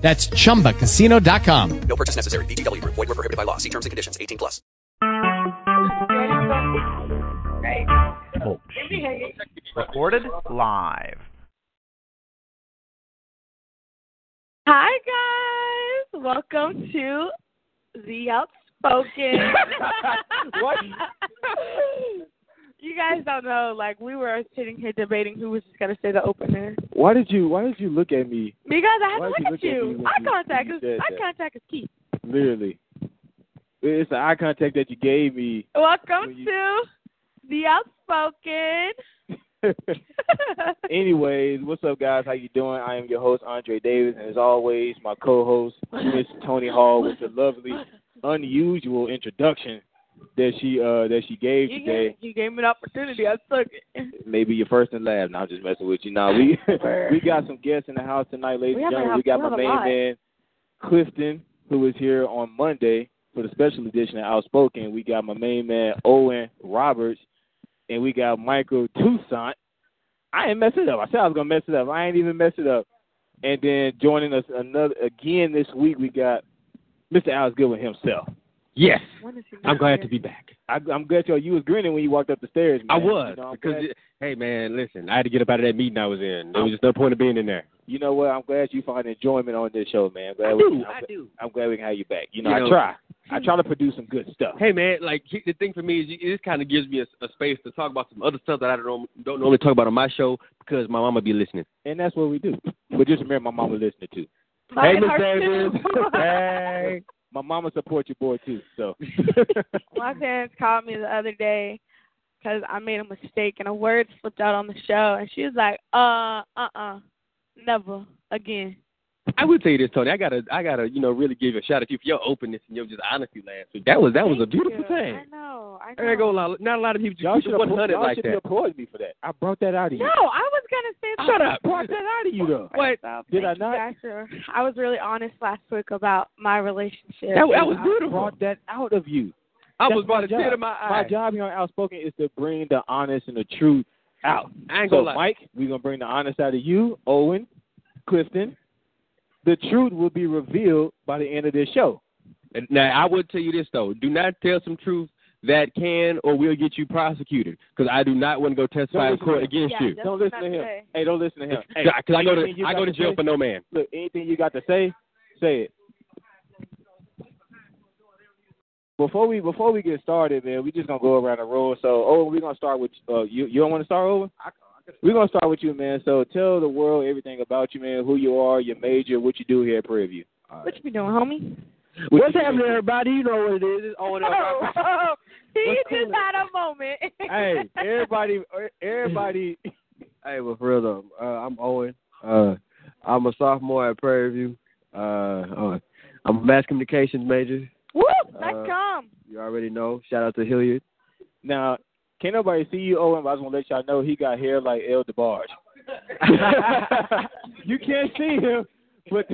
That's chumbacasino.com. No purchase necessary. BGW. Void were prohibited by law. See terms and conditions. 18 plus. Recorded live. Hi guys, welcome to the Outspoken. What? you guys don't know, like we were sitting here debating who was just gonna say the opener Why did you Why did you look at me? because I had Why to did look you at look at me you. when Eye you- contact when is you said eye that? contact is key. Literally, it's the eye contact that you gave me. Welcome When you- to the Outspoken. Anyways, what's up, guys? How you doing? I am your host Andre Davis, and as always, my co-host Miss Tony Hall with the lovely, unusual introduction that she uh that she gave you, gave, today. you gave me an opportunity. I took it. Maybe your first and last. No, I'm just messing with you. Now we we got some guests in the house tonight, ladies We and have a- gentlemen. We got we my have a main lot. man Clifton, who is here on Monday for the special edition of Outspoken. We got my main man Owen Roberts, and we got Michael Toussaint. I didn't mess it up. I said I was gonna mess it up. I ain't even mess it up. And then joining us another again this week, we got Mr. Alex Goodwin himself. Yes, When is he I'm not glad here? to be back. I, I'm glad y'all. You was grinning when you walked up the stairs. I man. was You know, I'm because glad- it- hey man, listen, I had to get up out of that meeting I was in. There was just no point of being in there. you know what? I'm glad you find enjoyment on this show, man. I'm glad I we, do, I'm, I do. I'm glad we can have you back. You know, You I know- try. I try to produce some good stuff. Hey man, like he- the thing for me is you- this kind of gives me a, a space to talk about some other stuff that I don't don't normally talk about on my show because my mama be listening. And that's what we do. But just remember, my mama listening too. Mine hey, Miss hurts Davis. too. hey. My mama support your boy too. So My parents called me the other day because I made a mistake and a word slipped out on the show, and she was like, "Uh, uh, uh, never again." I would tell you this, Tony. I gotta, I gotta, you know, really give you a shout out to you for your openness and your just honesty last week. That was, that was a Thank beautiful you. I thing. know. I I ain't know. gonna lie, not a lot of people y'all just should 100 y'all like should that. applaud me for that. I brought that out of you. No, I was gonna say that. Shut up. I brought that out of you though. What? So, Did thank I you not? guys for- I was really honest last week about my relationship. That, that was I beautiful. Brought that out of you. I That's was about my to tear job. to my My eye. job here on Outspoken is to bring the honest and the truth out. I ain't So, gonna lie. Mike, we're going to bring the honest out of you, Owen, Clifton. The truth will be revealed by the end of this show. And Now, I would tell you this though: do not tell some truth that can or will get you prosecuted, because I do not want to go testify Don't in court listen against Yeah, you. That's don't what listen to I'm him. saying. Hey, don't listen to him. Hey, Because I go to anything you I got go to jail say, for no man. Look, anything you got to say, say it. Before we before we get started, man, we just gonna go around the room. So, Owen, we're gonna start with uh, you. You don't want to start, Owen? We're gonna start with you, man. So, tell the world everything about you, man. Who you are, your major, what you do here at Prairie View. What you be doing, homie? What's happening, everybody? You know what it is. It's on Oh, he What's just cool? had a moment. hey, everybody, everybody. Hey, but for real though, uh, I'm Owen. Uh, I'm a sophomore at Prairie View. Uh, uh, I'm a mass communications major. Woo, let's Uh, come. You already know. Shout out to Hilliard. Now, can't nobody see you, Owen, but I just want to let y'all know he got hair like El DeBarge. you can't see him, but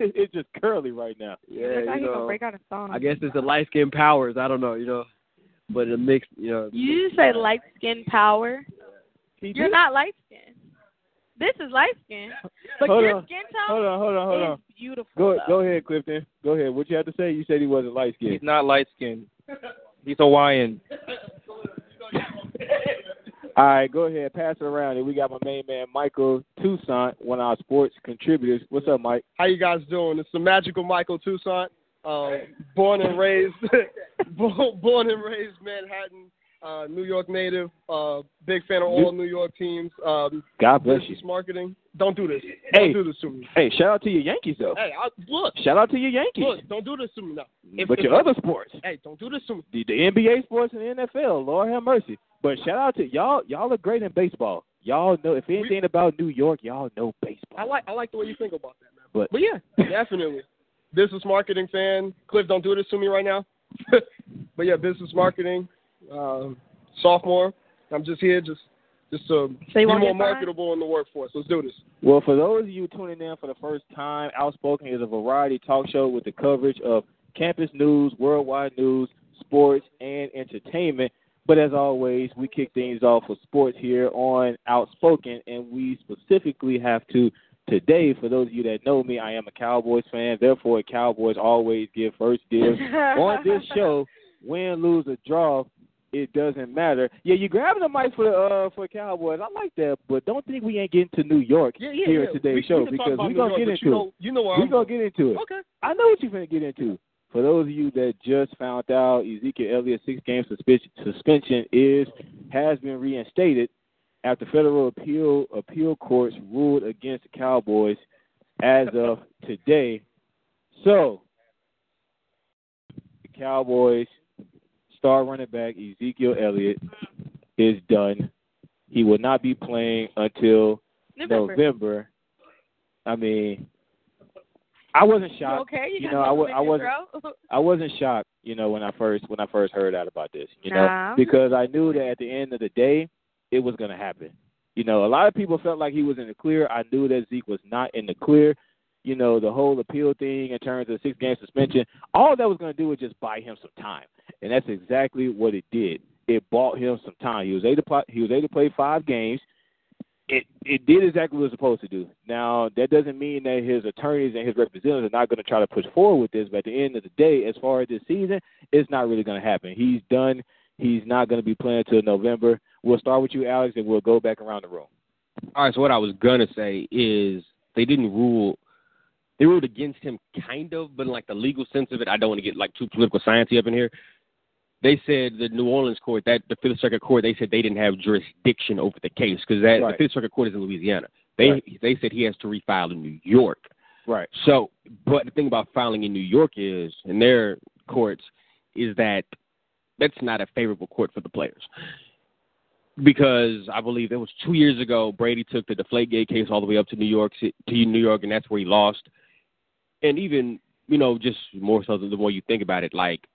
it's just curly right now. Yeah, Look how you he gonna know. break out a song. I guess it's the light skin powers. I don't know, you know, but it mixed, you know. You say light skin power. He You're did- not light skin. This is light skin, but Hold your on. skin tone Hold on, hold on, hold on. is beautiful. Go though. go ahead, Clifton. Go ahead. What you had to say? You said he wasn't light skinned. not light skinned. He's Hawaiian. All right, go ahead. Pass it around. And we got my main man Michael Toussaint, one of our sports contributors. What's up, Mike? How you guys doing? It's the magical Michael Toussaint. Um, born and raised, born born and raised Manhattan, uh, New York native. Uh, big fan of all New York teams. Um, God business marketing. Don't do this. Hey. Don't do this to me. Hey, shout out to your Yankees though. Hey, I, look, Shout out to your Yankees. look. Don't do this to me now. If- but if- your other sports, Hey, don't do this to me. the, the NBA sports and the NFL. Lord have mercy. But shout out to y'all. Y'all are great in baseball. Y'all know if anything about New York, y'all know baseball. I like I like the way you think about that, man. But- But, yeah, definitely. Business marketing fan. Cliff, don't do this to me right now. but yeah, business marketing, um, sophomore. I'm just here just just to So you be want to more get signed? marketable in the workforce. Let's do this. Well, for those of you tuning in for the first time, Outspoken is a variety talk show with the coverage of campus news, worldwide news, sports, and entertainment. But as always, we kick things off with sports here on Outspoken, and we specifically have to today. For those of you that know me, I am a Cowboys fan, therefore, Cowboys always give first dibs on this show. Win, lose, or draw, it doesn't matter. Yeah, you grabbing the mic for the uh, for Cowboys. I like that, but don't think we ain't getting to New York here in today's show because we're gonna get into you it. know, um, you know where We're I'm gonna get into it. Okay. I know what you're gonna get into. For those of you that just found out, Ezekiel Elliott's six game suspension suspension is has been reinstated after federal appeal appeal courts ruled against the Cowboys as of today. So the Cowboys star running back Ezekiel Elliott is done. He will not be playing until November. November. I mean, I wasn't You shocked. okay? You, You got know, I wa- nothing I in wasn't- your throat? I wasn't shocked, you know, when I first when I first heard out about this, you Nah. know, because I knew that at the end of the day, it was going to happen. You know, a lot of people felt like he was in the clear. I knew that Zeke was not in the clear. You know, the whole appeal thing in terms of six game suspension, all that was going to do was just buy him some time, and that's exactly what it did. It bought him some time. He was able to play, he was able to play five games. It it did exactly what it was supposed to do. Now that doesn't mean that his attorneys and his representatives are not going to try to push forward with this. But at the end of the day, as far as this season, it's not really going to happen. He's done. He's not going to be playing till November. We'll start with you, Alex, and we'll go back around the room. All right, so what I was gonna say is they didn't rule they ruled against him kind of, but in like the legal sense of it, I don't want to get like too political science up in here. They said the New Orleans court, that the Fifth Circuit Court, they said they didn't have jurisdiction over the case because that Right. the Fifth Circuit Court is in Louisiana. They Right. they said he has to refile in New York. Right. So, but the thing about filing in New York is, in their courts, is that that's not a favorable court for the players. Because I believe it was two years ago, Brady took the Deflategate case all the way up to New York, Ci- to New York, and that's where he lost. And even you know, just more so the more you think about it, like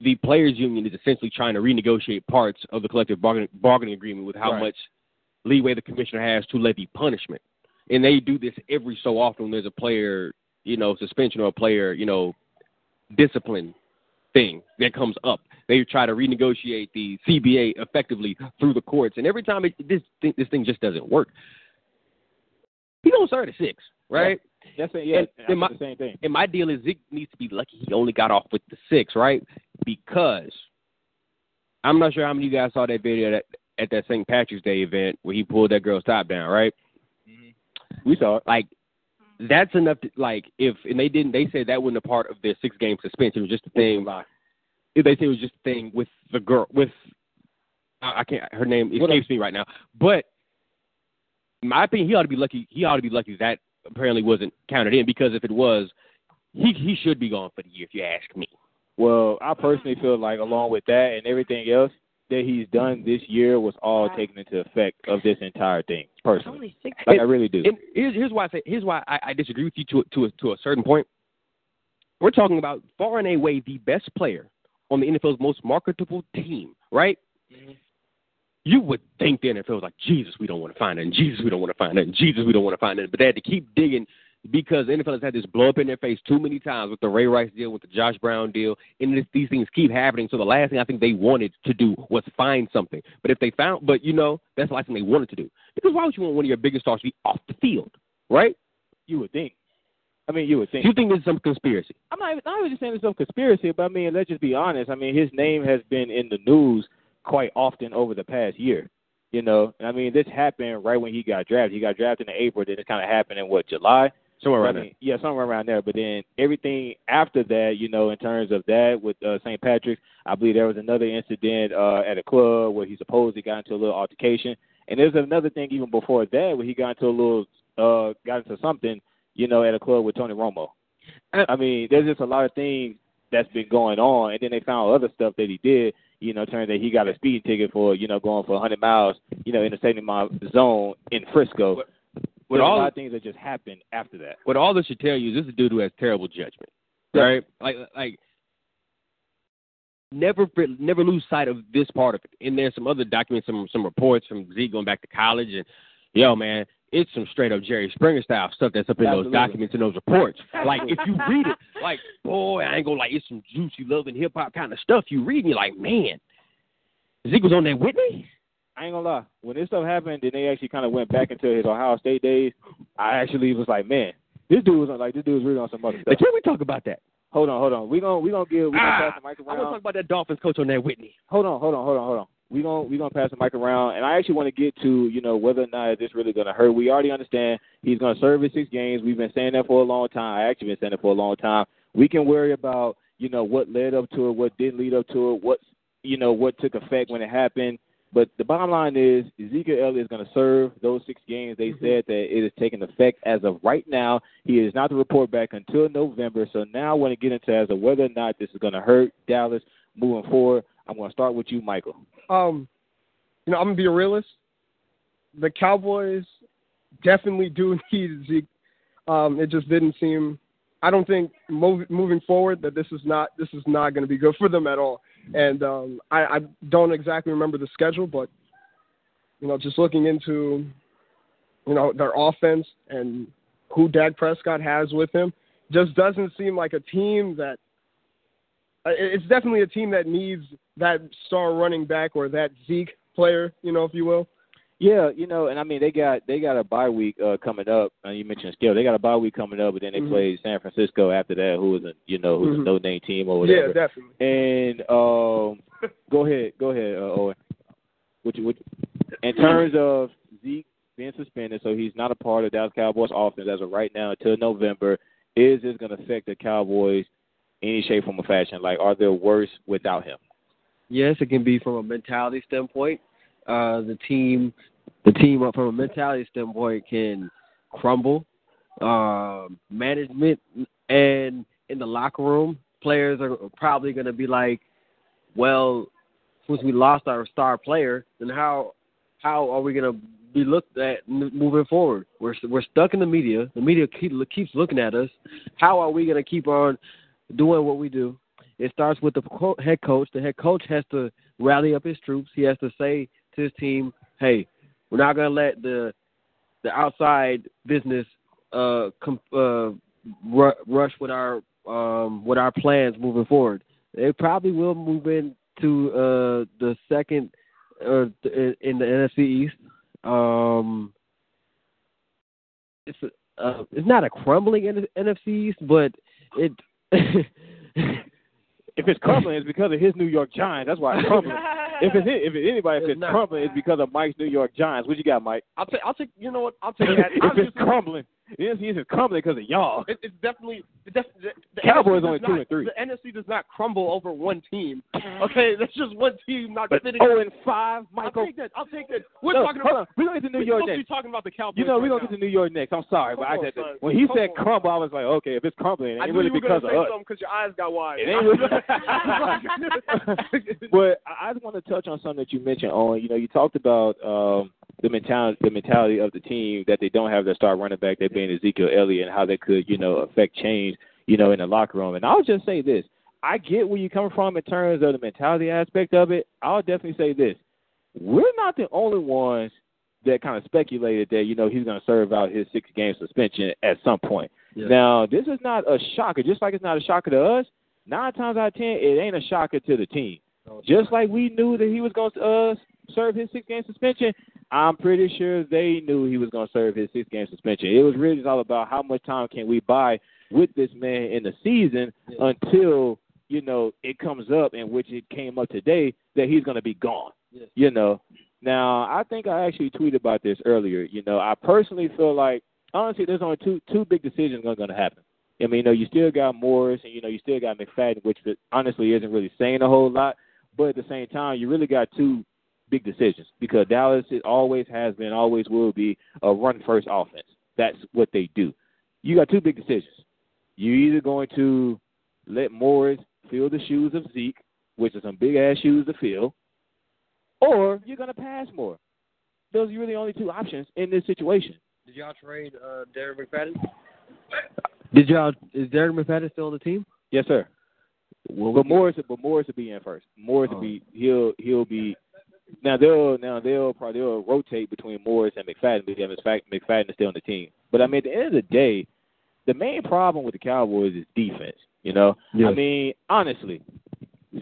the players' union is essentially trying to renegotiate parts of the collective bargaining, bargaining agreement with how Right. much leeway the commissioner has to levy punishment. And they do this every so often when there's a player, you know, suspension or a player, you know, discipline thing that comes up. They try to renegotiate the CBA effectively through the courts, and every time it, this thing, this thing just doesn't work. He gonna start at six, right? That's a, yeah. And- I and said my- the same thing. And my deal is Zeke needs to be lucky he only got off with the six, right? Because I'm not sure how many of you guys saw that video that, at that St. Patrick's Day event where he pulled that girl's top down, right? We saw it. Like that's enough. To, like if and they didn't, they said that wasn't a part of their six game suspension. It was just a thing. If they say it was just a thing with the girl with I I can't her name What escapes me right now. But in my opinion, he ought to be lucky. He ought to be lucky that apparently wasn't counted in because if it was, he he should be gone for the year. If you ask me. Well, I personally feel like along with that and everything else that he's done this year was all taken into effect of this entire thing. Personally, Only six. like I really do. And here's, here's why I say here's why I, I disagree with you to a- to a, to a certain point. We're talking about far and away the best player on the NFL's most marketable team, right? You would think the NFL was like, Jesus, we don't want to find it, and Jesus, we don't want to find it, and Jesus, we don't want to find it. But they had to keep digging because the NFL has had this blow up in their face too many times with the Ray Rice deal, with the Josh Brown deal, and this, these things keep happening. So the last thing I think they wanted to do was find something. But if they found, but you know, that's the last thing they wanted to do. Because why would you want one of your biggest stars to be off the field, right? You would think. I mean, you would think. You think there's some conspiracy? I'm not even, not even just saying it's some conspiracy, but I mean, let's just be honest. I mean, his name has been in the news quite often over the past year. You know, and I mean, this happened right when he got drafted. He got drafted in April. Then it kind of happened in what July. Somewhere I mean, yeah, somewhere around there. But then everything after that, you know, in terms of that with uh, St. Patrick's, I believe there was another incident uh, at a club where he supposedly got into a little altercation, and there's another thing even before that where he got into a little, uh, got into something, you know, at a club with Tony Romo. Uh, I mean, there's just a lot of things that's been going on, and then they found other stuff that he did. You know, turns out he got a speeding ticket for you know going for 100 miles, you know, in the 70 mile zone in Frisco. With- There's with a all- lot of things that just happened after that. what all this should tell you is this is a dude who has terrible judgment, right? Like, like never never lose sight of this part of it. And there's some other documents, some some reports from Z going back to college, and yo, man, it's some straight up Jerry Springer style stuff that's up in Absolutely. those documents and those reports. like if you read it, like boy, I ain't gonna like it's some juicy love and hip hop kind of stuff you read, and you're like, man, Zeke was on that Whitney. I ain't gonna lie. When this stuff happened, then they actually kind of went back into his Ohio State days. I actually was like, man, this dude was on, like, this dude was really on some other stuff. Like, can we talk about that? Hold on, hold on. We gonna we gonna give we gonna Ah, pass the mic I want to around. talk about that Dolphins coach on that Whitney. hold on, hold on, hold on, hold on. We gonna we gonna pass the mic around, and I actually want to get to you know whether or not this really gonna hurt. We already understand he's gonna serve his six games. We've been saying that for a long time. I actually been saying it for a long time. We can worry about you know what led up to it, what didn't lead up to it, what you know what took effect when it happened. But the bottom line is Ezekiel Elliott is going to serve those six games. They said that it is taking effect as of right now. He is not to report back until November. So now I want to get into as of whether or not this is going to hurt Dallas moving forward. I'm going to start with you, Michael. Um, you know, I'm gonna be a realist. The Cowboys definitely do need Zeke. Um, it just didn't seem. I don't think mov- moving forward that this is not this is not going to be good for them at all. And um, I, I don't exactly remember the schedule, but you know, just looking into you know their offense and who Dak Prescott has with him, just doesn't seem like a team that uh, it- it's definitely a team that needs that star running back or that Zeke player, you know, if you will. Yeah, you know, and I mean they got they got a bye week uh, coming up. Uh, you mentioned skill. They got a bye week coming up, but then they Mhm. play San Francisco after that, who is a you know who's Mhm. a no name team or whatever. Yeah, definitely. And um, go ahead, go ahead, uh, Owen. What you, what, in terms of Zeke being suspended, so he's not a part of Dallas Cowboys offense as of right now until November. Is this going to affect the Cowboys any shape, form, or fashion? Like, are they worse without him? Yes, it can be from a mentality standpoint. Uh, the team, the team uh, from a mentality standpoint can crumble. Um, management and in the locker room, players are probably going to be like, "Well, since we lost our star player, then how how are we going to be looked at m- moving forward? We're we're stuck in the media. The media keep, keeps looking at us. How are we going to keep on doing what we do?" It starts with the co- head coach. The head coach has to rally up his troops. He has to say to his team, "Hey, we're not going to let the the outside business uh, com- uh, ru- rush with our um, with our plans moving forward. They probably will move into uh, the second uh, th- in the NFC East. Um, it's a, uh, it's not a crumbling N- NFC East, but it. If it's crumbling, it's because of his New York Giants. That's why it's crumbling. if it's if it's anybody, if It's it's not. crumbling, it's because of Mike's New York Giants. What you got, Mike? I'll take. I'll take. You know what? I'll take if that. I'm it's just- crumbling, it's, it's crumbling because of y'all. It, it's definitely the, def, the, the Cowboys NFC does only two not- and three. The NFC does not crumble over one team. Okay, that's just one team not But fitting. zero and five, I'll Michael. take that. I'll take that. We're No, talking hold about on. We don't get to New we're York supposed to next. be talking about the Cowboys. You know, we right don't get to New York next. I'm sorry, but Come I on, just son. when he Come said on. crumble, I was like, okay, if it's crumbling, it I ain't knew really you were because gonna of say us. something because your eyes got wide. It ain't really. I- but I I just want to touch on something that you mentioned, Owen. You know, you talked about um, the mentality, the mentality of the team that they don't have their star running back, that being Ezekiel Elliott, and how that could, you know, affect change, you know, in the locker room. And I'll just say this: I get where you're coming from in terms of the mentality aspect of it. I'll definitely say this: we're not the only ones that kind of speculated that you know he's going to serve out his six game suspension at some point. Yeah. Now, this is not a shocker. Just like it's not a shocker to us, nine times out of ten, it ain't a shocker to the team. Just like we knew that he was going to uh, serve his six game suspension, I'm pretty sure they knew he was going to serve his six game suspension. It was really just all about how much time can we buy with this man in the season Yeah. until you know it comes up, in which it came up today that he's going to be gone. Yes. You know. Now, I think I actually tweeted about this earlier. You know, I personally feel like honestly, there's only two two big decisions that are going to happen. I mean, you know, you still got Morris, and you know, you still got McFadden, which honestly isn't really saying a whole lot. But at the same time, you really got two big decisions because Dallas is always has been, always will be a run first offense. That's what they do. You got two big decisions. You're either going to let Morris fill the shoes of Zeke, which are some big ass shoes to fill, or you're going to pass more. Those are really only two options in this situation. Did y'all trade uh, Darren McFadden? Did y'all is Darren McFadden still on the team? Yes, sir. Well, Oh. But Morris, but Morris will be in first. Morris will be he'll he'll be now they'll now they'll probably they'll rotate between Morris and McFadden because McFadden, McFadden is still on the team. But I mean, at the end of the day, the main problem with the Cowboys is defense. You know, Yeah. I mean, honestly,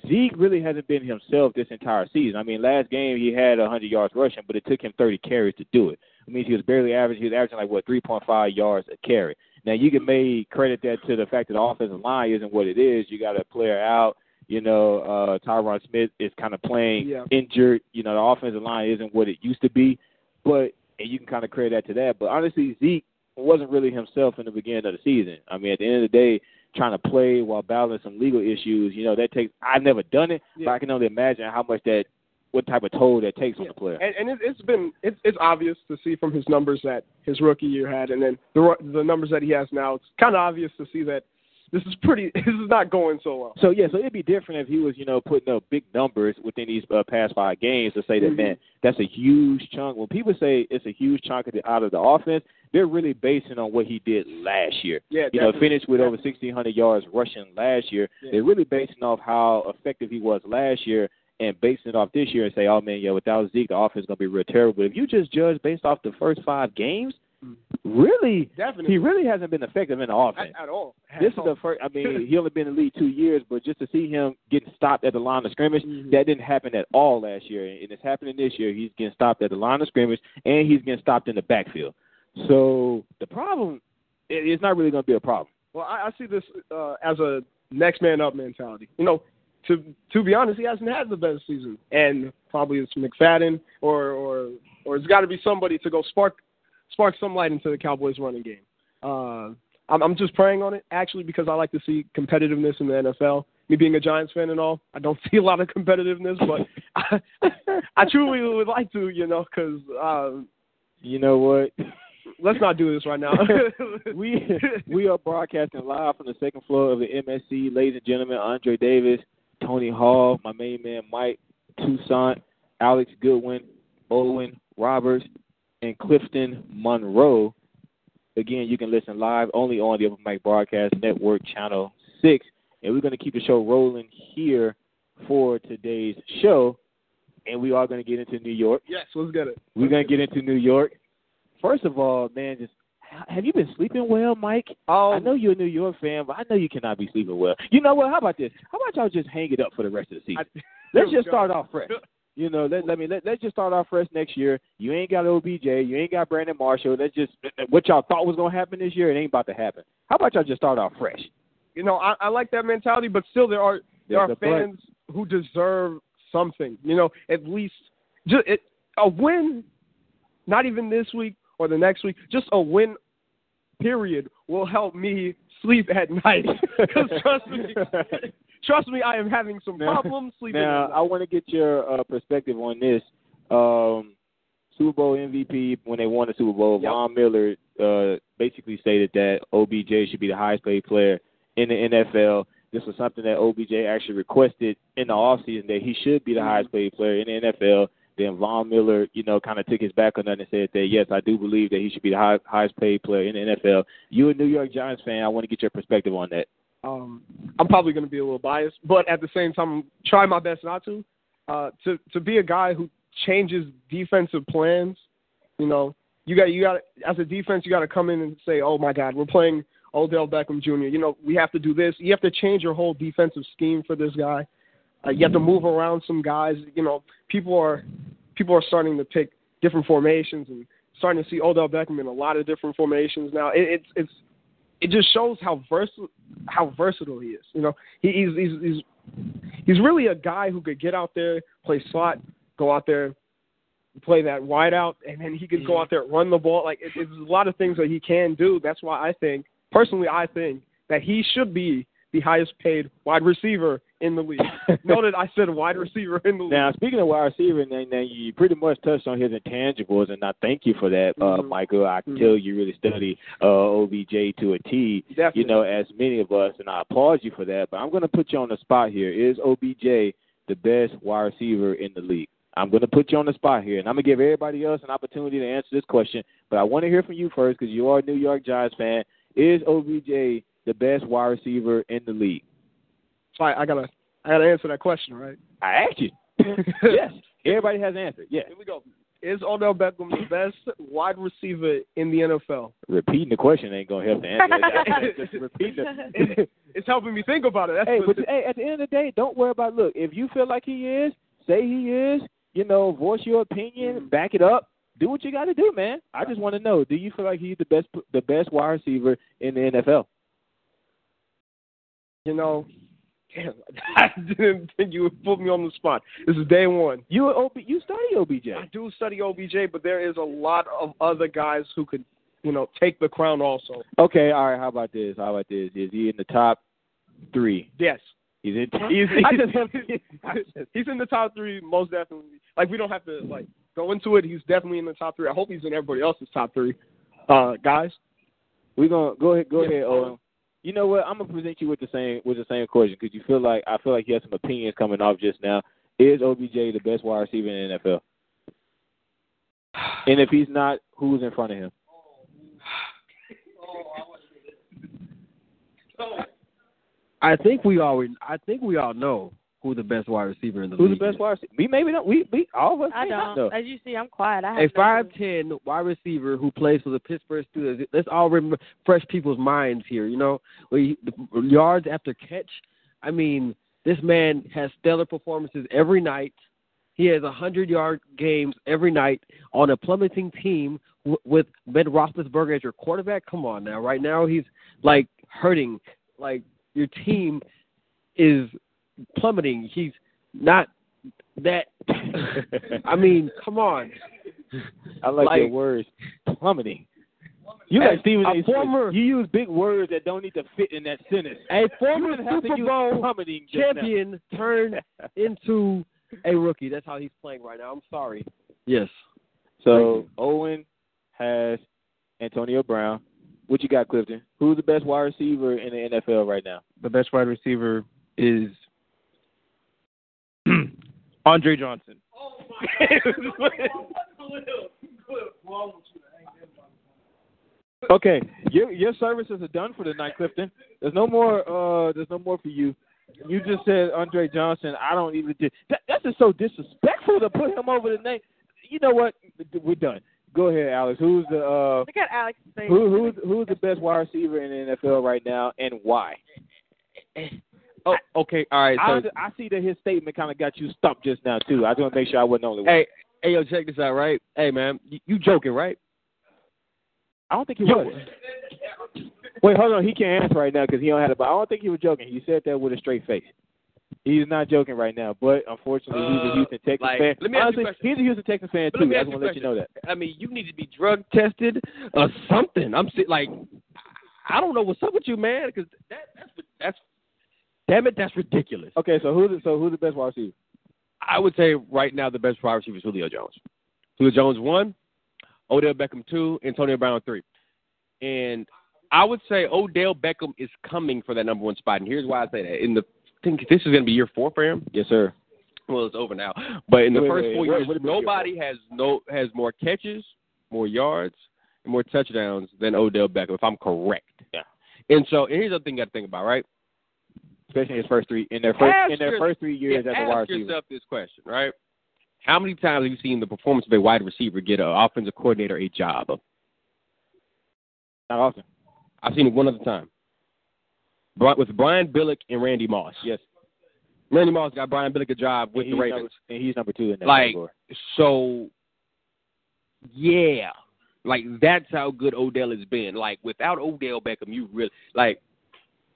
Zeke really hasn't been himself this entire season. I mean, last game he had 100 yards rushing, but it took him 30 carries to do it. I mean, he was barely average. He was averaging like what 3.5 yards a carry. Now you can may credit that to the fact that the offensive line isn't what it is. You got a player out. You know, uh Tyron Smith is kind of playing Yeah. injured. You know, the offensive line isn't what it used to be. But and you can kind of credit that to that. But honestly, Zeke wasn't really himself in the beginning of the season. I mean, at the end of the day, trying to play while battling some legal issues, you know, that takes. I've never done it, but I can only imagine how much that, what type of toll that takes on the player. And, and it, it's been it's it's obvious to see from his numbers that his rookie year had, and then the ru- the numbers that he has now. It's kind of obvious to see that this is pretty. This is not going so well. So yeah, so it'd be different if he was, you know, putting up big numbers within these uh, past five games to say that Mm-hmm. man, that's a huge chunk. When people say it's a huge chunk of the, out of the offense, they're really basing on what he did last year. Yeah, you know, definitely. finished with over sixteen hundred yards rushing last year. They're really basing off how effective he was last year and basing it off this year and say, oh man, yeah, without Zeke, the offense is gonna be real terrible. But if you just judge based off the first five games, really, Mm. Definitely. he really hasn't been effective in the offense. at, at all. At This is all. the first. I mean, he only been in the league two years, but just to see him getting stopped at the line of scrimmage, that didn't happen at all last year, and it's happening this year. He's getting stopped at the line of scrimmage, and he's getting stopped in the backfield. So the problem, it, it's not really going to be a problem. Well, I, I see this uh, as a next man up mentality. You know, to to be honest, he hasn't had the best season, and probably it's McFadden or or or it's got to be somebody to go spark spark some light into the Cowboys' running game. Uh, I'm, I'm just praying on it actually because I like to see competitiveness in the NFL. Me being a Giants fan and all, I don't see a lot of competitiveness, but I, I truly would like to, you know, because uh, You know what? let's not do this right now. we we are broadcasting live from the second floor of the MSC, ladies and gentlemen. Andre Davis, Tony Hall, my main man Mike Toussaint, Alex Goodwin, Owen Roberts, and Clifton Monroe. Again, you can listen live only on the Open Mic Broadcast Network Channel Six, and we're going to keep the show rolling here for today's show, and we are going to get into New York. yes, let's get it. We're gonna get into New York. First of all, man, just have you been sleeping well, Mike? Oh, I know you're a New York fan, but I know you cannot be sleeping well. You know what? How about this? How about y'all just hang it up for the rest of the season? I- Let's Here we just go. start off fresh. You know, let let me let, let's just start off fresh next year. You ain't got OBJ, you ain't got Brandon Marshall. Let's just what y'all thought was gonna happen this year, it ain't about to happen. How about y'all just start off fresh? you know, I, I like that mentality, but still there are there There's a are but. fans who deserve something. You know, at least just it, a win, not even this week or the next week, just a win. Period will help me sleep at night. 'Cause trust me, trust me, I am having some Now- problems sleeping. Now, at I want to get your uh, perspective on this. Um, Super Bowl MVP when they won the Super Bowl, Yep. Von Miller uh, basically stated that OBJ should be the highest paid player in the NFL. This was something that OBJ actually requested in the offseason that he should be the highest paid player in the NFL. Then Von Miller, you know, kind of took his back on that and said that yes, I do believe that he should be the high, highest paid player in the NFL. You a New York Giants fan? I want to get your perspective on that. um, I'm probably going to be a little biased, but at the same time, try my best not to. Uh, to to be a guy who changes defensive plans, you know, you got you got as a defense, you got to come in and say, oh my God, we're playing Odell Beckham Jr. You know, we have to do this. You have to change your whole defensive scheme for this guy. Uh, you have to move around some guys. You know, people are people are starting to pick different formations and starting to see Odell Beckham in a lot of different formations now. It, it's it's it just shows how versatile how versatile he is. You know, he, he's he's he's he's really a guy who could get out there, play slot, go out there, play that wide out, and then he could Mm-hmm. go out there run the ball. Like it, it's a lot of things that he can do. That's why I think personally, I think that he should be the highest paid wide receiver in the league. Note that I said wide receiver in the league. Now, speaking of wide receiver, now, now you pretty much touched on his intangibles, and I thank you for that, uh, Mhm. Michael. I can Mhm. tell you really study uh, OBJ to a T, Definitely. you know, as many of us, and I applaud you for that. But I'm going to put you on the spot here. Is OBJ the best wide receiver in the league? I'm going to put you on the spot here, and I'm going to give everybody else an opportunity to answer this question. But I want to hear from you first because you are a New York Giants fan. Is OBJ the best wide receiver in the league? Sorry, I gotta I gotta answer that question, right? I asked you. yes. Everybody has an answer. Yeah. Here we go. Is Odell Beckham the best wide receiver in the NFL? Repeating the question ain't gonna help the answer. Just repeating the It- it's helping me think about it. That's hey, what- but hey, at the end of the day, don't worry about. Look, if you feel like he is, say he is. You know, voice your Mm-hmm. opinion, back it up. Do what you got to do, man. I just want to know: Do you feel like he's the best, the best wide receiver in the NFL? you know, damn, I didn't think you would put me on the spot. This is day one. You a OB, you study I OBJ. do study OBJ, but there is a lot of other guys who could, you know, take the crown also. Okay, all right. How about this? How about this? Is he in the top three? Yes. He's in. He's, I just have. he's in the top three, most definitely. Like, we don't have to, like, go into it. He's definitely in the top three. I hope he's in everybody else's top three. Uh, guys, We're gonna go ahead. Go Yeah. ahead, Owen. You know what? I'm gonna present you with the same with the same question because you feel like I feel like you have some opinions coming off just now. Is OBJ the best wide receiver in the NFL? And if he's not, who's in front of him? I think we all I think we all know who the best wide receiver in the Who's the league. best wide receiver? We maybe don't. We we all of us. I may not don't. know. As you see, I'm quiet. I have A no five clue. ten wide receiver who plays for the Pittsburgh Steelers. Let's all remember fresh people's minds here. You know, we, the yards after catch. I mean, this man has stellar performances every night. He has a hundred yard games every night on a plummeting team w- with Ben Roethlisberger as your quarterback. Come on now, right now he's like hurting. Like your team is plummeting. He's not that. I mean, come on. I like, your like- words plummeting. You As like Steven a A. Smith. former- You use big words that don't need to fit in that sentence. A You former didn't have to Super use Bowl plummeting just now. champion turned into a rookie. That's how he's playing right now. I'm sorry. Yes. So Owen has Antonio Brown. What you got, Clifton? Who's the best wide receiver in the NFL right now? the best wide receiver is Andre Johnson. Okay, your your services are done for the night, Clifton. There's no more. Uh, there's no more for you. You just said Andre Johnson. I don't even. Di- that, that's just so disrespectful to put him over the name. You know what? We're done. Go ahead, Alex. Who's the uh, Look at Alex's face. who who's who's the best wide receiver in the NFL right now, and why? Oh, okay, all right. I, So, I see that his statement kind of got you stumped just now too. I just want to make sure I wasn't the only one. hey, hey, yo, check this out, right? Hey, man, you, you joking, right? I don't think he was. Wait, hold on. He can't answer right now because he don't have it. But I don't think he was joking. He said that with a straight face. He's not joking right now. But unfortunately, he's a Uh, Houston Texans like, fan. let me ask Honestly, you a question. he's a Houston Texans fan But let too. me I ask just you want to a let you know that. I mean, you need to be drug tested or something. I'm si- like, I don't know what's up with you, man, because that, that's that's damn it, that's ridiculous. Okay, so who's the, so who's the best wide receiver? I would say right now the best wide receiver is Julio Jones. Julio Jones one, Odell Beckham two, Antonio Brown three, and I would say Odell Beckham is coming for that number one spot. And here's why I say that. In the I think this is going to be year four for him. Yes, sir. Well, it's over now, but in the Wait, first wait, four wait, years, what about year nobody has no has more catches, more yards, and more touchdowns than Odell Beckham. If I'm correct. Yeah. And so and here's the thing you got to think about, right? Especially in his first three in their first Ask in their your- first three years Yeah, as a ask wide receiver. yourself this question, right? How many times have you seen the performance of a wide receiver get an offensive coordinator a job? Not often. I've seen it one other time. Bri- With Brian Billick and Randy Moss. Yes. Randy Moss got Brian Billick a job with And the he's Ravens. number- and he's number two in that Like- category. So, yeah, like that's how good Odell has been. Like without Odell Beckham, you really like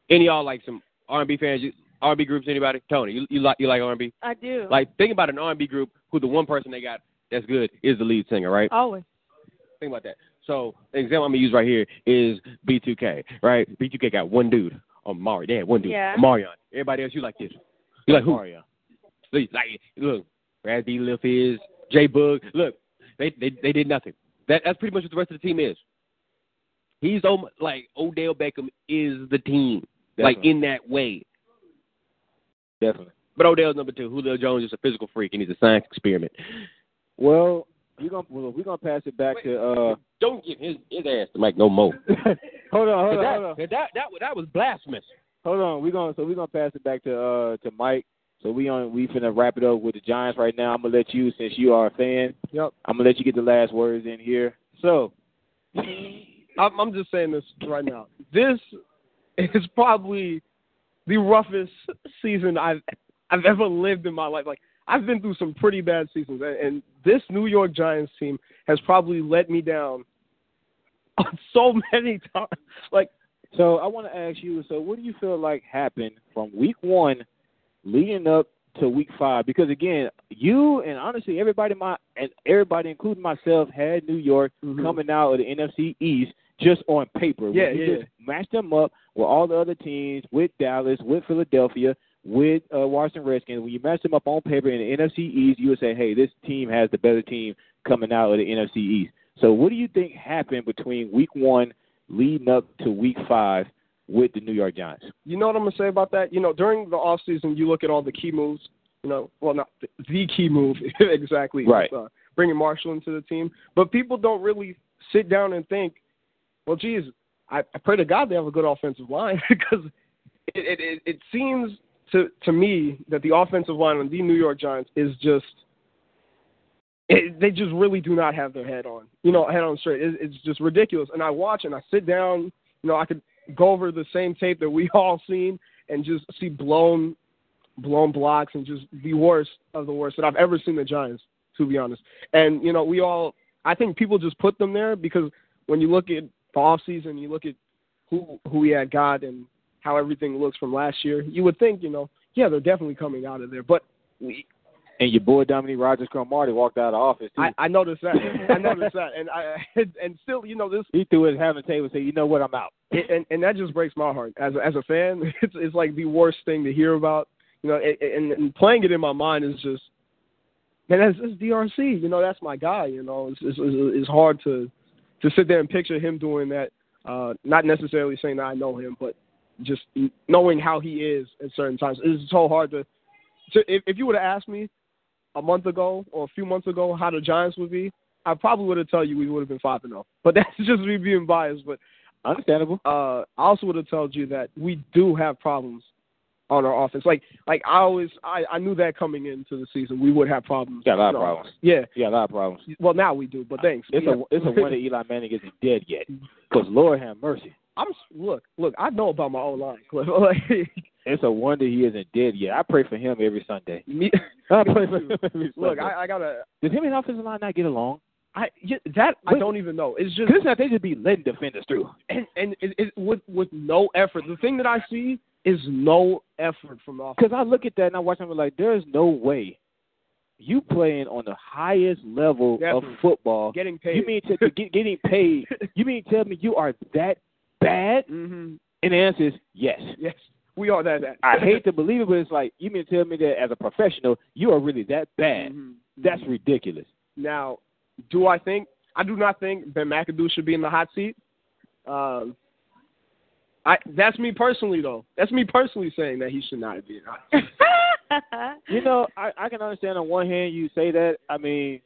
any y'all like some R and B fans, you, R and B groups. Anybody? Tony, you, you like you like R and B? I do. Like think about an R and B group who the one person they got that's good is the lead singer, right? always. Think about that. So the example I'm gonna use right here is B2K, right? B2K got one dude on Mari. They had one dude, Yeah. Marion. Everybody else, you like this? You like who? Marion. Like look, Brad B. Liff is J. Bug. Look, they they they did nothing. That that's pretty much what the rest of the team is. He's om- like Odell Beckham is the team, like Definitely. in that way. definitely. But Odell's number two. Julio Jones is a physical freak and he's a science experiment. Well, we're gonna well, we're gonna pass it back to uh Don't give his his ass to Mike no more. hold on, hold on, that, hold on. that, that, that was blasphemous. Hold on, we gonna so we gonna pass it back to uh to Mike. So we on we finna wrap it up with the Giants right now. I'm gonna let you since you are a fan. Yep. I'm gonna let you get the last words in here. So I'm, I'm just saying this right now. This is probably the roughest season I've I've ever lived in my life. Like I've been through some pretty bad seasons, and, and this New York Giants team has probably let me down on so many times. Like so I want to ask you. So what do you feel like happened from week one, leading up to week five? Because again, you and honestly everybody my and everybody including myself had New York coming out of the NFC East just on paper. When Mm-hmm. Yeah, you yeah. Just matched them up with all the other teams, with Dallas, with Philadelphia, with uh, Washington Redskins. When you match them up on paper in the NFC East, you would say, "Hey, this team has the better team coming out of the NFC East." So, what do you think happened between Week One leading up to Week Five with the New York Giants? you know what I'm gonna say about that? You know, during the off season, you look at all the key moves. You know, well, not the, the key move exactly. Right. Uh, bringing Marshall into the team, but people don't really sit down and think. Well, geez, I, I pray to God they have a good offensive line because it, it it it seems to to me that the offensive line on the New York Giants is just. It, they just really do not have their head on, you know, head on straight. It, it's just ridiculous. And I watch and I sit down, you know, I could go over the same tape that we all seen and just see blown blown blocks and just the worst of the worst that I've ever seen the Giants, to be honest. And, you know, we all I think people just put them there because when you look at the off season, you look at who who we had got and how everything looks from last year, you would think, you know, yeah, they're definitely coming out of there. But we, And your boy Dominique Rogers Cromartie walked out of office too. Mm. I, I noticed that. I noticed that. And I and still, you know, this he threw his hat on the table and said, "You know what? I'm out." it, and and that just breaks my heart as a, as a fan. It's it's like the worst thing to hear about. You know, and, and, and playing it in my mind is just, man, that's, that's DRC. You know, that's my guy. You know, it's, it's it's it's hard to to sit there and picture him doing that. Uh, not necessarily saying that I know him, but just knowing how he is at certain times. It's so hard to. to if, if you would have asked me a month ago or a few months ago how the Giants would be, I probably would have told you we would have been five and zero. But that's just me being biased. But Understandable. uh, I also would have told you that we do have problems on our offense. Like like I always I, I knew that coming into the season we would have problems. Got a lot of on problems. offense. Yeah. Yeah, a lot of problems. Well, now we do, but thanks. It's We a it's a wonder Eli Manning isn't dead yet. Cause Lord have mercy. I'm look look. I know about my own line, Cliff. Like It's a wonder he isn't dead yet. I pray for him every Sunday. me, I pray for him every look, Sunday. I, I gotta. Does him and offensive line not get along? I yeah, that I Wait. don't even know. It's just Because it's not they just be letting defenders through. and and it, it, with with no effort. The thing that I see is no effort from the offense. Because I look at that and I watch them like, there is no way you playing on the highest level Definitely. of football. Getting paid. You mean to, to get, getting paid? You mean tell me you are that bad? hmm And the answer is yes. Yes, we are that. that. I hate to believe it, but it's like you mean to tell me that as a professional you are really that bad? Mhm. That's ridiculous. Now, do I think I do not think Ben McAdoo should be in the hot seat? Um, I that's me personally though. That's me personally saying that he should not be in the hot seat. You know, I, I can understand on one hand you say that. I mean,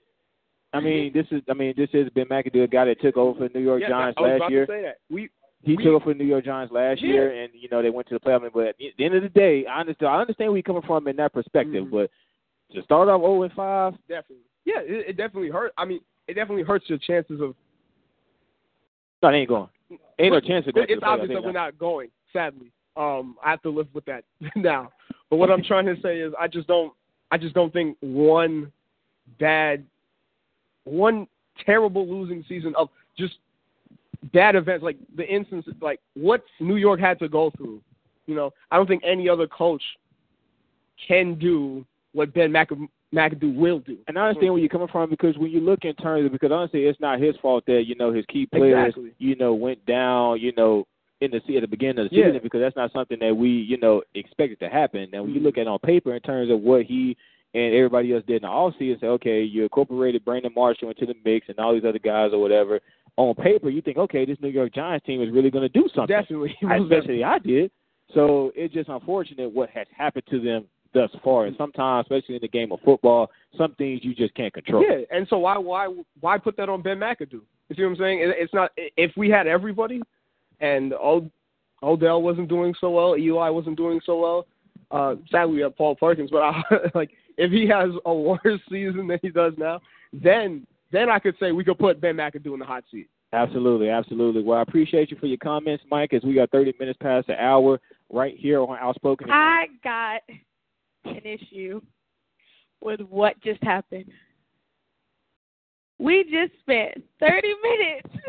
I mean this is I mean this is Ben McAdoo, a guy that took over for the New York Yes, Giants I was last about year. to say that. We He we- took over for the New York Giants last Yeah. year, and you know they went to the playoffs. But at the end of the day, I understand I understand where you're coming from in that perspective. Mhm. But to start off 0 and 5, definitely. Yeah, it, it definitely hurt. I mean, it definitely hurts your chances of. no, they ain't going. Ain't no But chance of going. to It's the playoffs. obvious that we're not going. Sadly, um, I have to live with that now. But what I'm trying to say is, I just don't. I just don't think one bad, one terrible losing season of just bad events, like the instances, like what New York had to go through. You know, I don't think any other coach can do what Ben Mc- McAdoo will do. And I understand where you're coming from because when you look in terms of because honestly it's not his fault that you know his key players Exactly. you know went down you know in the se- at the beginning of the Yeah. season because that's not something that we you know expected to happen. And when you look at it on paper in terms of what he and everybody else did in the offseason, say okay you incorporated Brandon Marshall into the mix and all these other guys or whatever. On paper you think okay this New York Giants team is really going to do something. Definitely, I- especially I did. So it's just unfortunate what has happened to them thus far. And sometimes, especially in the game of football, some things you just can't control. Yeah, and so why why why put that on Ben McAdoo? You see what I'm saying? It, it's not if we had everybody, and all Odell wasn't doing so well. Eli wasn't doing so well. Uh, sadly, we have Paul Perkins, but I, like if he has a worse season than he does now, then then I could say we could put Ben McAdoo in the hot seat. Absolutely, absolutely. Well, I appreciate you for your comments, Mike, as we got 30 minutes past the hour right here on Outspoken. I got an issue with what just happened. We just spent 30 minutes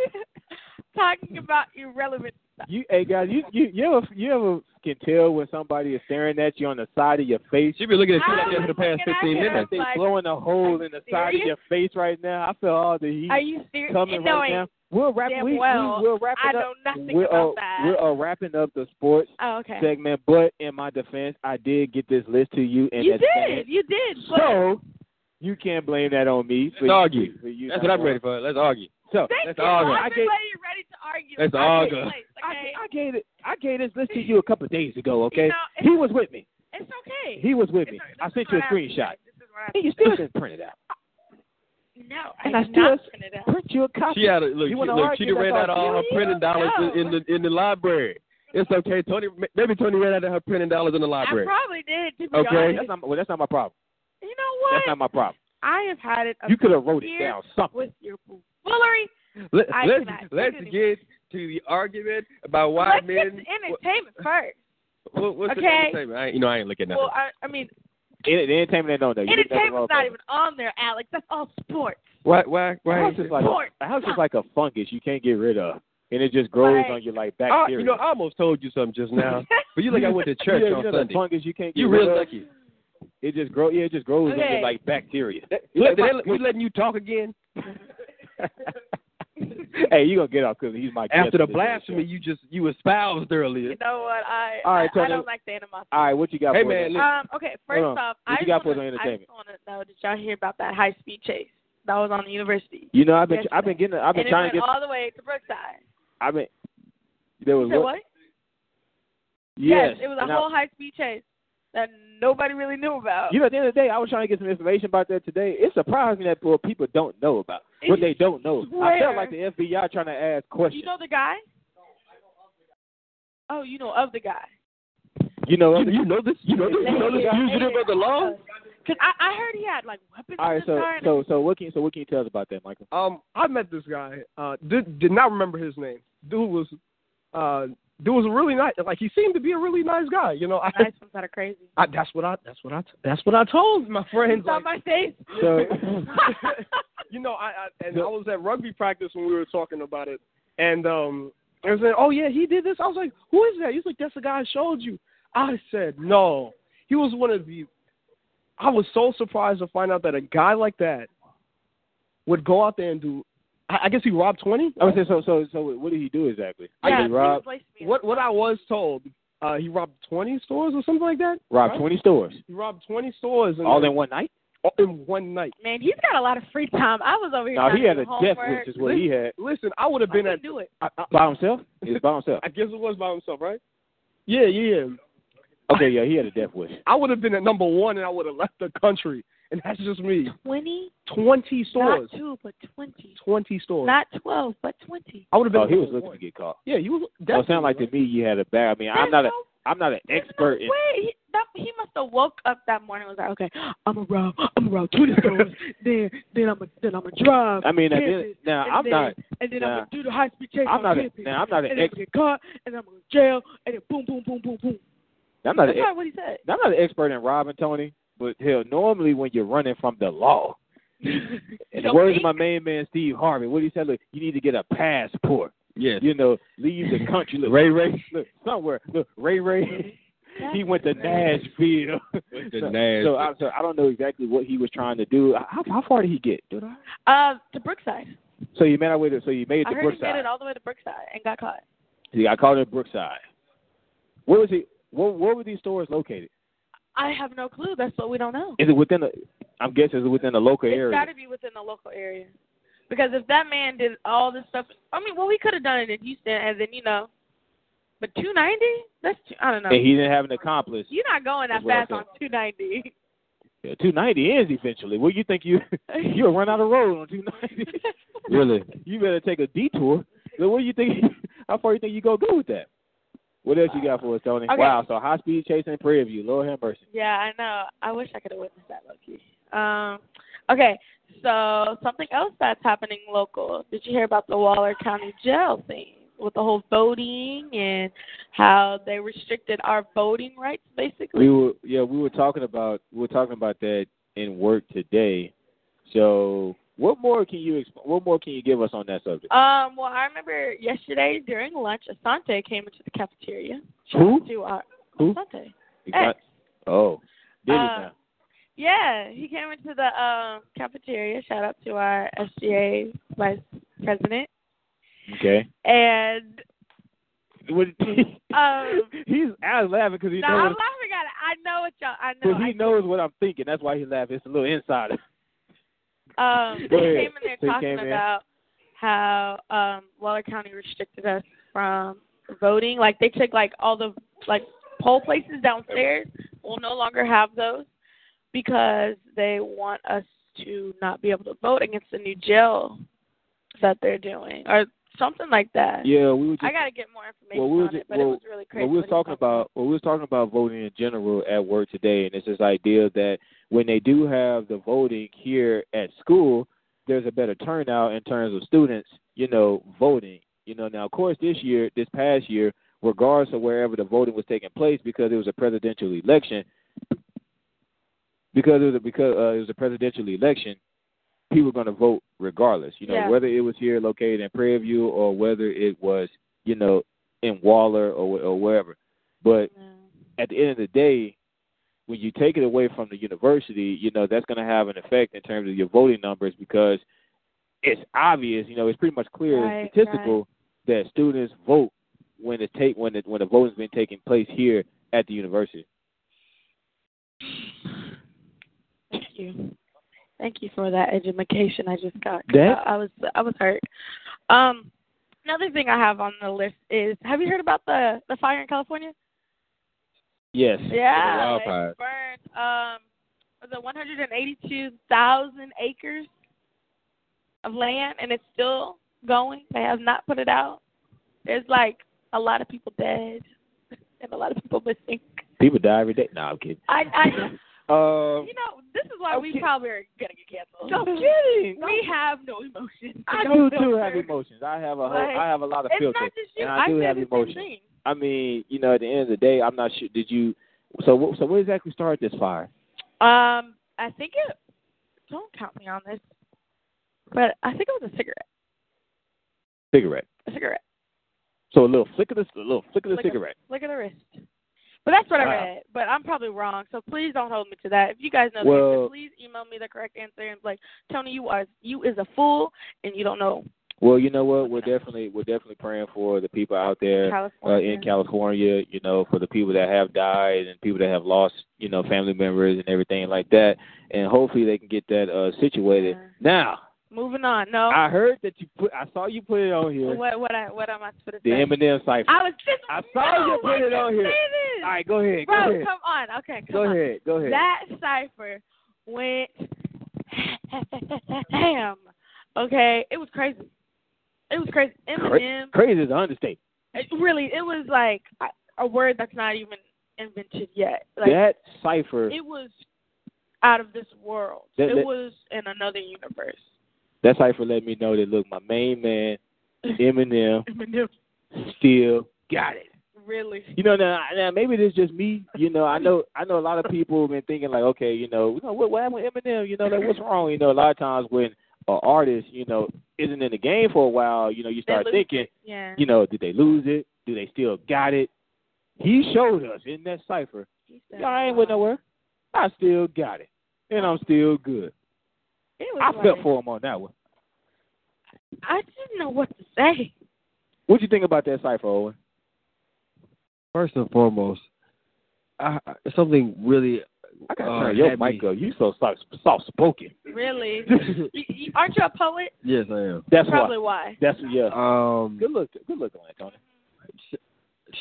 talking about irrelevant stuff. You, hey guys, you you you ever, you ever can tell when somebody is staring at you on the side of your face? She be looking at you I like that for the was past looking at 15 her minutes. They like, blowing a hole in the side of serious? your face right now. I feel all the heat Are you serious? coming no, right ain't- now. We'll wrap. damn we, well, we, we're wrapping I up. know nothing we're, about uh, that. We're uh, wrapping up the sports oh, okay. segment, but in my defense, I did get this list to you in you advance. did. You did. But So you can't blame that on me. for- Let's argue. for you That's not what I'm going- ready for. Let's argue. So thank That's you. all good. Everybody I gave- ready to argue. That's I all take good. place, I, okay? I gave it. I gave this list to you a couple of days ago. Okay, You know, it's- he was with me. It's okay. He was with It's me. not- I this sent is you a what happened. screenshot. This is what happened. And you still didn't print it out. No, And I, I did still- not print it out. Print you a copy. She had a You look. She, wanna look, argue, she done read that's out all all her you printing dollars know. in, in the in the library. It's okay, Tony. Maybe Tony read out her printing dollars in the I library. probably did. To be Okay. That's honest. not, my- well, that's not my problem. You know what? That's not my problem. I have had it. a You could have wrote it year down. Something. with your foolery. Let, I let's cannot. let's Look at get to the argument about why Let's men. get to entertainment first. what- what- what's the okay. entertainment? I ain't, you know, I ain't looking at Well, I, I mean, It, the entertainment ain't on there. You did nothing entertainment's wrong with not it. even on there, Alex. That's all sports. Why? Why? A Why? house is like Sports. a house is like a fungus you can't get rid of, and it just grows Right. on you like I, bacteria. Uh, you know, I almost told you something just now, but you like I went to church yeah, on you know The Sunday. fungus you can't get You rid real of. lucky. It just grow. Yeah, it just grows on Okay. you like bacteria. Look, did they- we letting you talk again hey, you gonna get off because he's my guest after the for this blasphemy show. you just you espoused earlier. You know what? I All right, I, I Tony. don't like the animosity. All right, what you got? Hey, for man, us? listen. Um, okay, first Hold on. off, I What you just, got for wanna, us on I just want to know did y'all hear about that high speed chase that was on the university? you know, I've been, Yes, I've been getting, I've been and it trying went to get, all the way to Brookside. I've been. There was You said one- what? Yes, it was a and I- whole high speed chase that nobody really knew about. You know, at the end of the day, I was trying to get some information about that today. It surprised me that well, people don't know about what they don't know. I felt Swear. like the FBI trying to ask questions. You know the guy? Oh, you know of the guy. You know, You, you know this. You know this. You know this. Yeah, You should yeah. have the law. Uh, Cause I, I heard he had like weapons. all right. in his So, car and- so, so what can so what can you tell us about that, Michael? Um, I met this guy. Uh, did did not remember his name. Dude was, uh, dude was really nice. Like he seemed to be a really nice guy. You know, I, nice ones that are crazy. I that's what I that's what I that's what I told my You friends. saw Like, my face. So, you know, I, I and I was at rugby practice when we were talking about it, and um, I was saying, "Oh yeah, he did this." I was like, "Who is that?" He's like, "That's the guy I showed you." I said, "No." He was one of the. I was so surprised to find out that a guy like that would go out there and do. I, I guess he robbed twenty. I was saying, so, so, so, what did he do exactly? yeah, Did he he rob, replaced me. What what I was told, uh, he robbed twenty stores or something like that. rob Right? twenty stores He robbed twenty stores in, all in one night. in one night. Man, he's got a lot of free time. I was over here. No, trying he to had do a death homework. wish, is what he had. Listen, I would have I been at couldn't do it. I, I, By himself? He was by himself. I guess it was by himself, right? Yeah, yeah, yeah. Okay, yeah, he had a death wish. I would have been at number one, and I would have left the country, and that's just me. Twenty, Twenty not stores, two, but twenty. twenty stores. Not twelve, but twenty. I would have been. Oh, he was number looking one. to get caught. Yeah, he was. Well, it sounded like to me you had a bad. I mean, I'm There's not a, no- I'm not an there's no expert in. way. He, that, he must have woke up that morning and was like, okay, I'm going to rob. I'm going to rob 20 stores. then then I'm going to then I'm gonna drive. I mean, I Kansas, did, now and I'm then, not. And then nah. I'm going to do the high speed chase. I'm on not. A, campus, now I'm not and an then I'm ex. going to get caught. And then I'm going to jail. And then boom, boom, boom, boom, boom. I'm not. An, That's ex- not what he said. I'm not an expert in robbing, Tony. But hell, normally when you're running from the law, You and the don't words of think? my main man Steve Harvey, what he said, look, you need to get a passport. Yes. You know, leave the country. Look, Ray Ray, look somewhere. Look, Ray Ray. He went to Nashville. Went to so, So Nashville. I, so I don't know exactly what he was trying to do. How, how far did he get? Did I? Uh, to Brookside. So you made it with it. So you made it I to heard he Brookside. made it all the way to Brookside and got caught. He got caught at Brookside. Where was he? Where, where were these stores located? I have no clue. That's what we don't know. Is it within the? I'm guessing it's within the local It's area. got to be within the local area. Because if that man did all this stuff, I mean, well, we could have done it in Houston, and then you know, but 290? That's two, I don't know. and he didn't have an accomplice. You're not going that That's what I fast said. on 290. Two ninety is eventually. Well, you think you you'll run out of road on two ninety. Really? you better take a detour. So what do you think? How far you think you gonna go with that? What else you got for us, Tony? Okay. Wow, so high speed chasing Prairie View, Lord have mercy. Yeah, I know. I wish I could have witnessed that, Loki. Um, okay, so something else that's happening local. Did you hear about the Waller County Jail thing with the whole voting and how they restricted our voting rights, basically? We were yeah, we were talking about we were talking about that in work today. So what more can you exp- what more can you give us on that subject? Um, well, I remember yesterday during lunch, Asante came into the cafeteria. Who? To our, Who? Asante. You got- X. oh, did it Uh, now? Yeah, he came into the um, cafeteria. Shout out to our SGA vice president. Okay. And What, um, he's I was laughing because he no, I'm knows laughing at it. I know what y'all. I know. because he I, knows what I'm thinking. That's why he laughing. It's a little insider. um, Go they ahead. came in there So he talking came in. about how um, Waller County restricted us from voting. Like they took like all the like poll places downstairs. We'll no longer have those because they want us to not be able to vote against the new jail that they're doing or something like that. Yeah, we were just I gotta get more information Well, we was on it, ju- but it well, was really crazy. Well, we was what he talking about well, we was talking about voting in general at work today, and it's this idea that when they do have the voting here at school, there's a better turnout in terms of students, you know, voting. You know, now of course this year, this past year, regardless of wherever the voting was taking place, because it was a presidential election, because it was a, because uh, it was a presidential election, people were going to vote regardless. You know, Yeah. whether it was here located in Prairie View or whether it was, you know, in Waller or wh- or wherever. But at the end of the day, when you take it away from the university, you know that's going to have an effect in terms of your voting numbers because it's obvious. You know, it's pretty much clear, Right, and right. statistical, that students vote when it's take when it, when the voting's been taking place here at the university. Thank you. Thank you for that education I just got. 'cause That- I, I was I was hurt. Um, another thing I have on the list is Have you heard about the the fire in California? Yes. Yeah, Wildfire. it burned um was it 182,000 acres of land, and it's still going. They have not put it out. There's like a lot of people dead and a lot of people missing. People die every day. No, I'm kidding. I I. Um, You know, this is why I'm we kid- probably are gonna get canceled. I'm kidding. We have no emotions. I No do too have filter. emotions. I have a whole, Like, I have a lot of It's filter, not just you. and I do said have the same emotions. thing. I mean, you know, at the end of the day, I'm not sure. Did you? So, what- so what exactly started this fire? Um, I think it. Don't count me on this, but I think it was a cigarette. Cigarette. A cigarette. So a little flick of the, a little flick of the Like a- cigarette. Look at the wrist. But that's what I Wow. read. But I'm probably wrong, so please don't hold me to that. If you guys know Well- the answer, please email me the correct answer and be like, Tony, you are you is a fool and you don't know Well, you know what? We're definitely, we're definitely praying for the people out there. uh, California. in California, you know, for the people that have died and people that have lost, you know, family members and everything like that. And hopefully they can get that uh situated. Yeah. Now, Moving on. No. I heard that you put I saw you put it on here. what what I what am I supposed The to say? Eminem cipher. I was just. I saw you no, put it I on didn't here. say this. All right, go ahead. Bro, go ahead. come on. Okay, come go on. ahead. Go ahead. That cipher went ham. Okay, it was crazy. It was crazy. Eminem. Crazy is an understatement. It really, it was like a- a word that's not even invented yet. Like that cipher it was out of this world. That- it that- was in another universe. that cipher let me know that look, my main man, Eminem, Eminem. still got it. Really. You know, now, now maybe this is just me. You know, I know I know a lot of people have been thinking like, okay, you know, you know, what, what happened with Eminem? You know, like what's wrong? You know, a lot of times when an artist, you know, isn't in the game for a while, you know, you They start lose thinking, it. Yeah. you know, did they lose it? Do they still got it? He showed us in that cipher. He said, Yeah, I ain't went wow. nowhere. I still got it, and I'm still good. It was I felt like- for him on that one. I didn't know what to say. What you think about that cipher, Owen? First and foremost, I, I- something really. I gotta uh, turn your had me- mic up. You so soft, soft spoken. Really? You- you- Aren't you a poet? Yes, I am. That's Probably why. why. That's yeah. Um, Good look. Good looking, Antonio.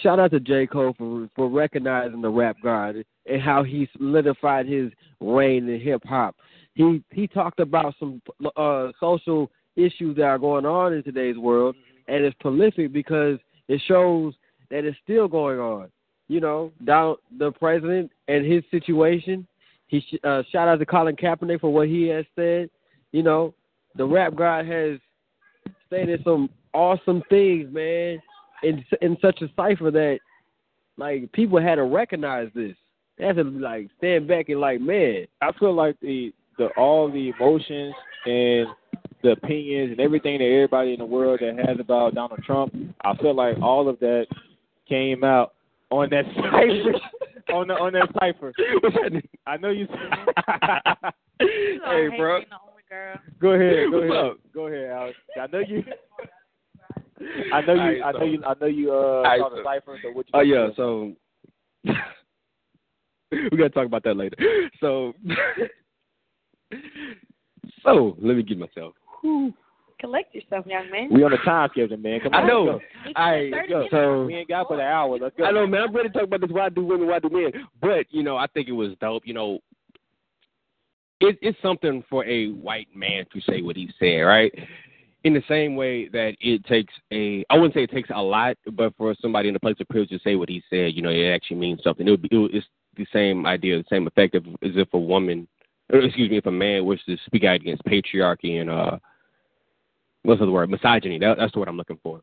shout out to J. Cole for for recognizing the rap god and how he solidified his reign in hip hop. He he talked about some uh, social Mm-hmm. issues that are going on in today's world, and it's prolific because it shows that is still going on. You know, down the president and his situation. He sh- uh, shout out to Colin Kaepernick for what he has said. You know, the rap god has stated some awesome things, man, in in such a cipher that like people had to recognize this. They had to like stand back and like, man, I feel like the the all the emotions and the opinions and everything that everybody in the world that has about Donald Trump, I feel like all of that came out on that cipher. on the on that cipher. What's happening? I know you. You know, I hey, hate bro. being the only girl. Go ahead. Go What's ahead. up? Go ahead, Alex. I know you. I know All right, you. I so- know you. I know you. Uh, right, saw the so- cipher. So what you? Oh yeah, so we gotta talk about that later. So, so let me get myself. Collect yourself, young man. We on the time schedule, man. Come on. I know. let's It's I 30 yo, minutes. so go. We ain't got but an hour. Let's go. I know, man. I'm ready to talk about this. Why do women? Why do men? But you know, I think it was dope. You know, it, it's something for a white man to say what he said, right? In the same way that it takes a, I wouldn't say it takes a lot, but for somebody in a place of privilege to say what he said, you know, it actually means something. It would be, it, would- it's the same idea, the same effect of, as if a woman, or excuse me, if a man wishes to speak out against patriarchy and uh, what's the other word, misogyny. That, that's the word I'm looking for.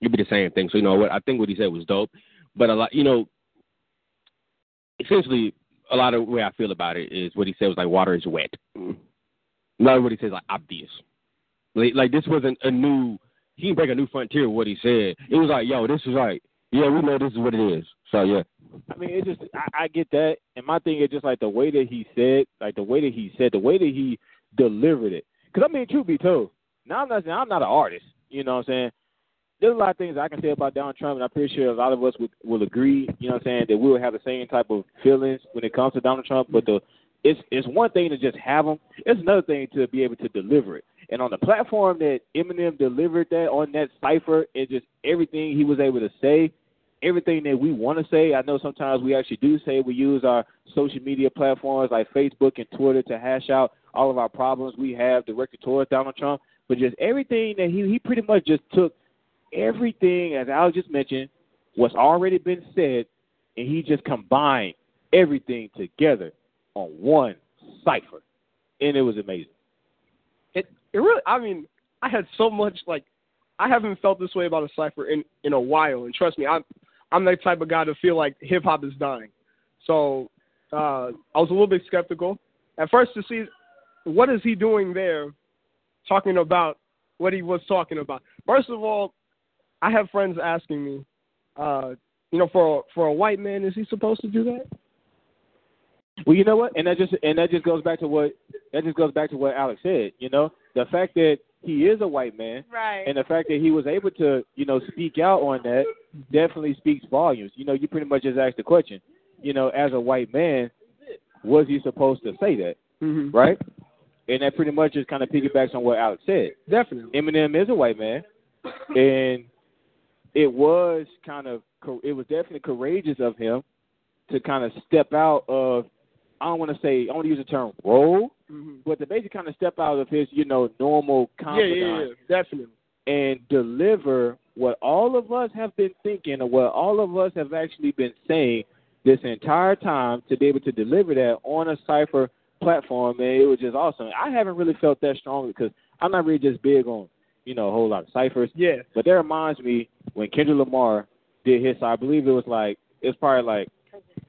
It'd be the same thing. So you know what I think what he said was dope but a lot, you know, essentially, a lot of the way I feel about it is what he said was like water is wet. A lot of what he says is like obvious. Like, like this wasn't a new. He didn't break a new frontier with what he said. It was like, yo, this is like, yeah, we know this is what it is. So yeah, I mean, it just I, I get that, and my thing is just like the way that he said, like the way that he said, the way that he delivered it. Because I mean, truth be told, now I'm not saying I'm not an artist. You know what I'm saying? There's a lot of things I can say about Donald Trump, and I'm pretty sure a lot of us would will agree. You know what I'm saying? That we'll have the same type of feelings when it comes to Donald Trump. But the it's it's one thing to just have them. It's another thing to be able to deliver it. And on the platform that Eminem delivered that on that cipher, and just everything he was able to say, everything that we want to say. I know sometimes we actually do say we use our social media platforms like Facebook and Twitter to hash out all of our problems we have directed towards Donald Trump, but just everything that he he pretty much just took everything as Al just mentioned what's already been said, and he just combined everything together on one cipher, and it was amazing. It it really I mean, I had so much like I haven't felt this way about a cipher in in a while and trust me, I'm I'm that type of guy to feel like hip hop is dying. So uh I was a little bit skeptical. At first to see what is he doing there talking about what he was talking about. First of all, I have friends asking me, uh, you know, for for a white man, is he supposed to do that? Well, you know what, and that just and that just goes back to what that just goes back to what Alex said. You know, the fact that he is a white man, Right. and the fact that he was able to, you know, speak out on that definitely speaks volumes. You know, you pretty much just asked the question. You know, as a white man, was he supposed to say that, Mm-hmm. right? And that pretty much just kind of piggybacks on what Alex said. Definitely. Eminem is a white man, and it was kind of co- it was definitely courageous of him to kind of step out of I don't want to say I want to use the term role, Mm-hmm. but to basically kind of step out of his you know normal Yeah, confidant yeah, yeah, definitely. and deliver what all of us have been thinking or what all of us have actually been saying this entire time to be able to deliver that on a cipher platform and it was just awesome. I haven't really felt that strongly because I'm not really just big on you know a whole lot of ciphers, Yeah. but that reminds me when Kendrick Lamar did his. I believe it was like it's probably like